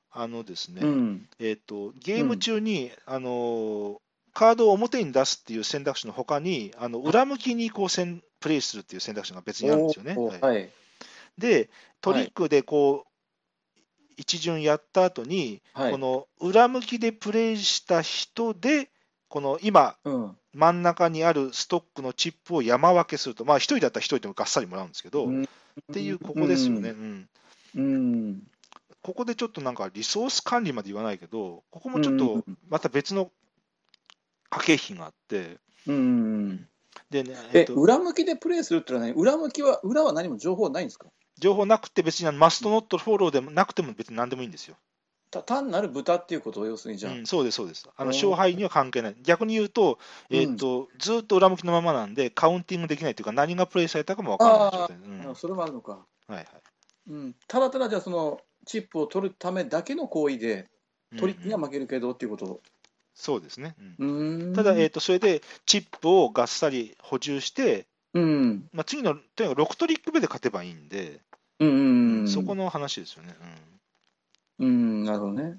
S2: あのですね、
S1: うん
S2: えっと、ゲーム中に、あのー、カードを表に出すっていう選択肢の他に、あの裏向きにこうせんプレイするっていう選択肢が別にあるんですよね。
S1: お
S2: はい
S1: ーはい
S2: で、トリックでこう、一巡やった後に、
S1: はい
S2: この裏向きでプレイした人でこの今、
S1: うん
S2: 真ん中にあるストックのチップを山分けすると、まあ、一人だったら一人でもがっさりもらうんですけど、
S1: うん
S2: っていうここですよね、うん
S1: うん
S2: ここでちょっとなんかリソース管理まで言わないけど、ここもちょっ
S1: うん
S2: とまた別の駆け引きがあって、
S1: うん
S2: でね、え
S1: え
S2: っと
S1: 裏向きでプレイするってのは何裏向きは裏は何も情報ないんですか
S2: 情報なくて、別にあのマストノットフォローでもなくても別に何でもいいんですよ。
S1: た単なる豚っていうことを要するにじゃあ、
S2: うん、そうです、そうです。あの
S1: おー
S2: 勝敗には関係ない。逆に言うと、えーっとずーっと裏向きのままなんで、カウンティングできないというか、何がプレイされたかも分からない状態、うん
S1: あ
S2: はい
S1: それもあるのか、
S2: はい
S1: うん、ただただじゃあそのチップを取るためだけの行為で
S2: うん
S1: 取りには負けるけどっていうこと
S2: そうですね。うん
S1: うん
S2: ただ、えー、とそれでチップをがっさり補充して、
S1: うん
S2: まあ、次のとにかく6トリック目で勝てばいいんで、
S1: うんうんうん
S2: そこの話ですよね、う
S1: うんなるほどね
S2: ん。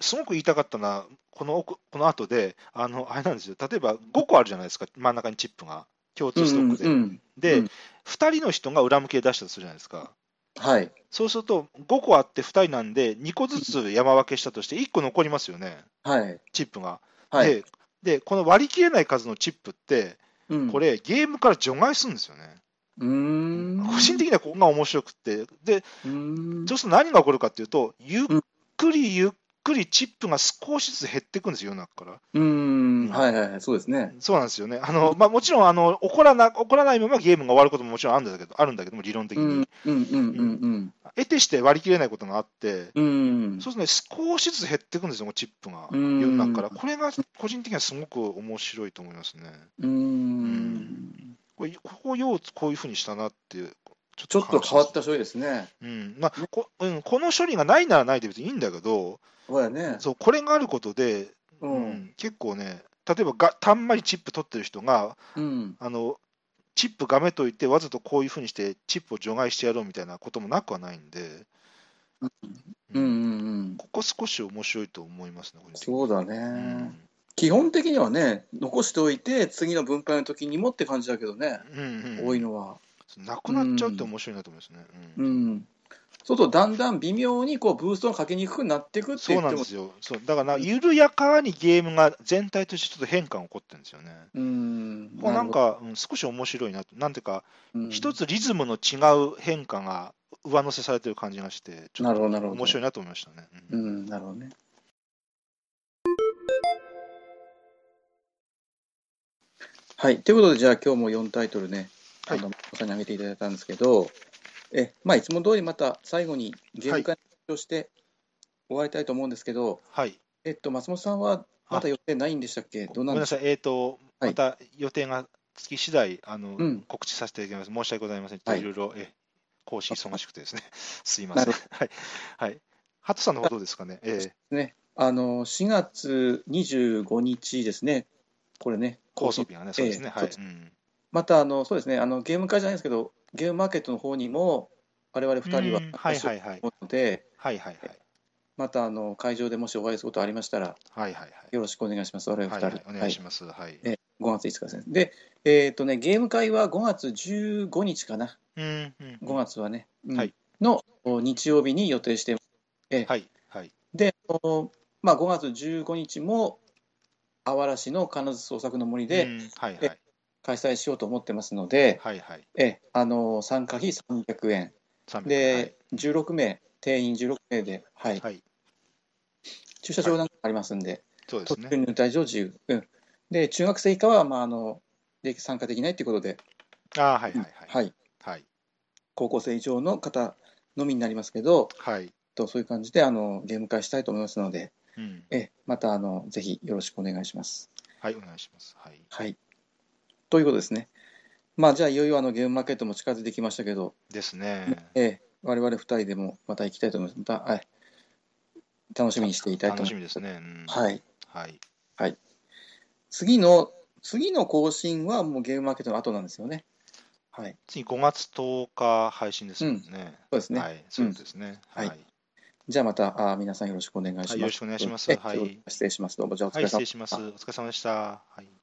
S2: すごく言いたかったのは、この奥この後であの、あれなんですよ、例えば5個あるじゃないですか、真ん中にチップが、共通ストックで。
S1: うんうん
S2: で、
S1: うん
S2: 2人の人が裏向け出したとするじゃないですか。
S1: はい
S2: そうすると、5個あって2人なんで、2個ずつ山分けしたとして、1個残りますよね、
S1: はい
S2: チップが。
S1: はい、
S2: でで、この割り切れない数のチップって、
S1: うん、
S2: これ、ゲームから除外するんですよね。
S1: うーん
S2: 個人的にはここが面白くって、で、
S1: うーん
S2: そうすると何が起こるかっていうと、ゆっ
S1: うん
S2: くりゆっくりチップが少しずつ減っていくんですよ、世の中から。
S1: うーんはいはいはいそうですね
S2: そうなんですよね。あのまあ、もちろんあの起こらな、起こらないままゲームが終わることももちろんあるんだけど、あるんだけども、理論的
S1: う
S2: に。
S1: んうんうんうん
S2: 得てして割り切れないことがあって、
S1: うんうん
S2: そうですね、少しずつ減っていくんですよ、チップが、世
S1: うん
S2: の中から。これが個人的にはすごく面白いと思いますね。
S1: うーん
S2: これここをようこういうふうにしたなっていう、
S1: ちょっと変わった処理ですね
S2: うんまあこうん、この処理がないならないで別にいいんだけど、
S1: そうだね
S2: そうこれがあることで、
S1: う
S2: うん
S1: ん
S2: 結構ね、例えばがたんまりチップ取ってる人が、
S1: うん
S2: あのチップがめといて、わざとこういうふうにして、チップを除外してやろうみたいなこともなくはないんで、
S1: うんうんうん
S2: ここ少し面白いと思いますね、個人的に
S1: そうだね、
S2: うん
S1: 基本的にはね残しておいて次の分配の時にもって感じだけどね、
S2: うんうん
S1: 多いのは
S2: なくなっちゃうって面白いなと思いますね。うん
S1: うんそうするとだんだん微妙にこうブーストをかけにくくなっていくって
S2: そ
S1: 言
S2: う
S1: っ
S2: な
S1: て
S2: んで
S1: も
S2: すよ。そうだからな、緩やかにゲームが全体としてちょっと変化が起こってるんですよね。
S1: うん
S2: こうなんか、うん少し面白いなと、なんていうか、一
S1: つ
S2: つリズムの違う変化が上乗せされてる感じがして、ちょ
S1: な
S2: っ
S1: る
S2: と
S1: ほどなるほど
S2: 面白いなと思いましたね。
S1: う
S2: うん
S1: んなるほどねはいということでじゃあ今日も4タイトルね
S2: はい
S1: あのさんに挙げていただいたんですけどえまあいつも通りまた最後にゲーム会をして終わりたいと思うんですけど、
S2: はい。
S1: えっと、松本さんはまだ予定ないんでしたっけ、ど
S2: ご
S1: う
S2: め
S1: なんん
S2: な
S1: ですか、
S2: さい、えっ、と、
S1: はい
S2: また予定がつき次第、あの、
S1: うん
S2: 告知させていただきます。申し訳ございません。ちょ
S1: は
S2: っと
S1: い
S2: いろいろ、え、講師忙しくてですね。 すいません。
S1: な
S2: はい。はい。ハトさんの方どうですかね。ええ
S1: ね、あの4月25日ですね、これね、
S2: 高層日がね、そうですね。
S1: ええ
S2: はい。うん
S1: またあのそうですねあの、ゲーム会じゃないですけど、ゲームマーケットの方にも、我々2人は
S2: うんはいはいはい。
S1: 思うので、
S2: はいはいはい。
S1: またあの会場でもしお会いすることありましたら、
S2: はいはい
S1: よろしくお願いします、我々
S2: は
S1: 2
S2: い。
S1: 人。
S2: はい、お願いします。はい。
S1: え5月5日ですね。で、えっとね、ゲーム会は5月15日かな、
S2: うんうん。
S1: 5月はね、うん
S2: はい
S1: のお日曜日に予定してます
S2: はいはい。
S1: で、あのまあ、5月15日も、あわら市の金津創作の森
S2: う
S1: で
S2: んはいは
S1: え
S2: い。
S1: 開催しようと思ってますので、
S2: はいはい。
S1: えあの参加費300円、
S2: 300
S1: で、16名、定員16名で、は
S2: はい
S1: い、
S2: はい。
S1: 駐車場なんかありますんで、
S2: そうです
S1: 途
S2: ね
S1: 中。入退場自由、うん、で中学生以下は、まあ、あので参加できないということで、
S2: ああ、はいはいはい。
S1: はい、
S2: はい。
S1: 高校生以上の方のみになりますけど、
S2: はい。
S1: とそういう感じであのゲーム会したいと思いますので、
S2: うん。
S1: えまたあのぜひよろしくお願いします。
S2: はい、お願いします。はい。
S1: はい。ということですね。まあ、じゃあ、いよいよあのゲームマーケットも近づいてきましたけど、
S2: ですね。
S1: ええ、我々二人でもまた行きたいと思います。また、はい、楽しみにしていたいと思
S2: 楽し
S1: いま
S2: みですね。うん
S1: す。はい。
S2: はい。
S1: 次の、次の更新はもうゲームマーケットの後なんですよね。はい。
S2: 次、5月10日配信ですもんね。
S1: そうですね。
S2: はい。そうですね。
S1: う
S2: は
S1: ん
S2: い。
S1: じゃあ、また、あ皆さんよろしくお願いします。
S2: はいよろしくお願いします
S1: ええ
S2: はい
S1: 失礼します。どうも、じゃあ、お疲
S2: はい、
S1: れ様
S2: 失礼します。お疲れ様でした。はい。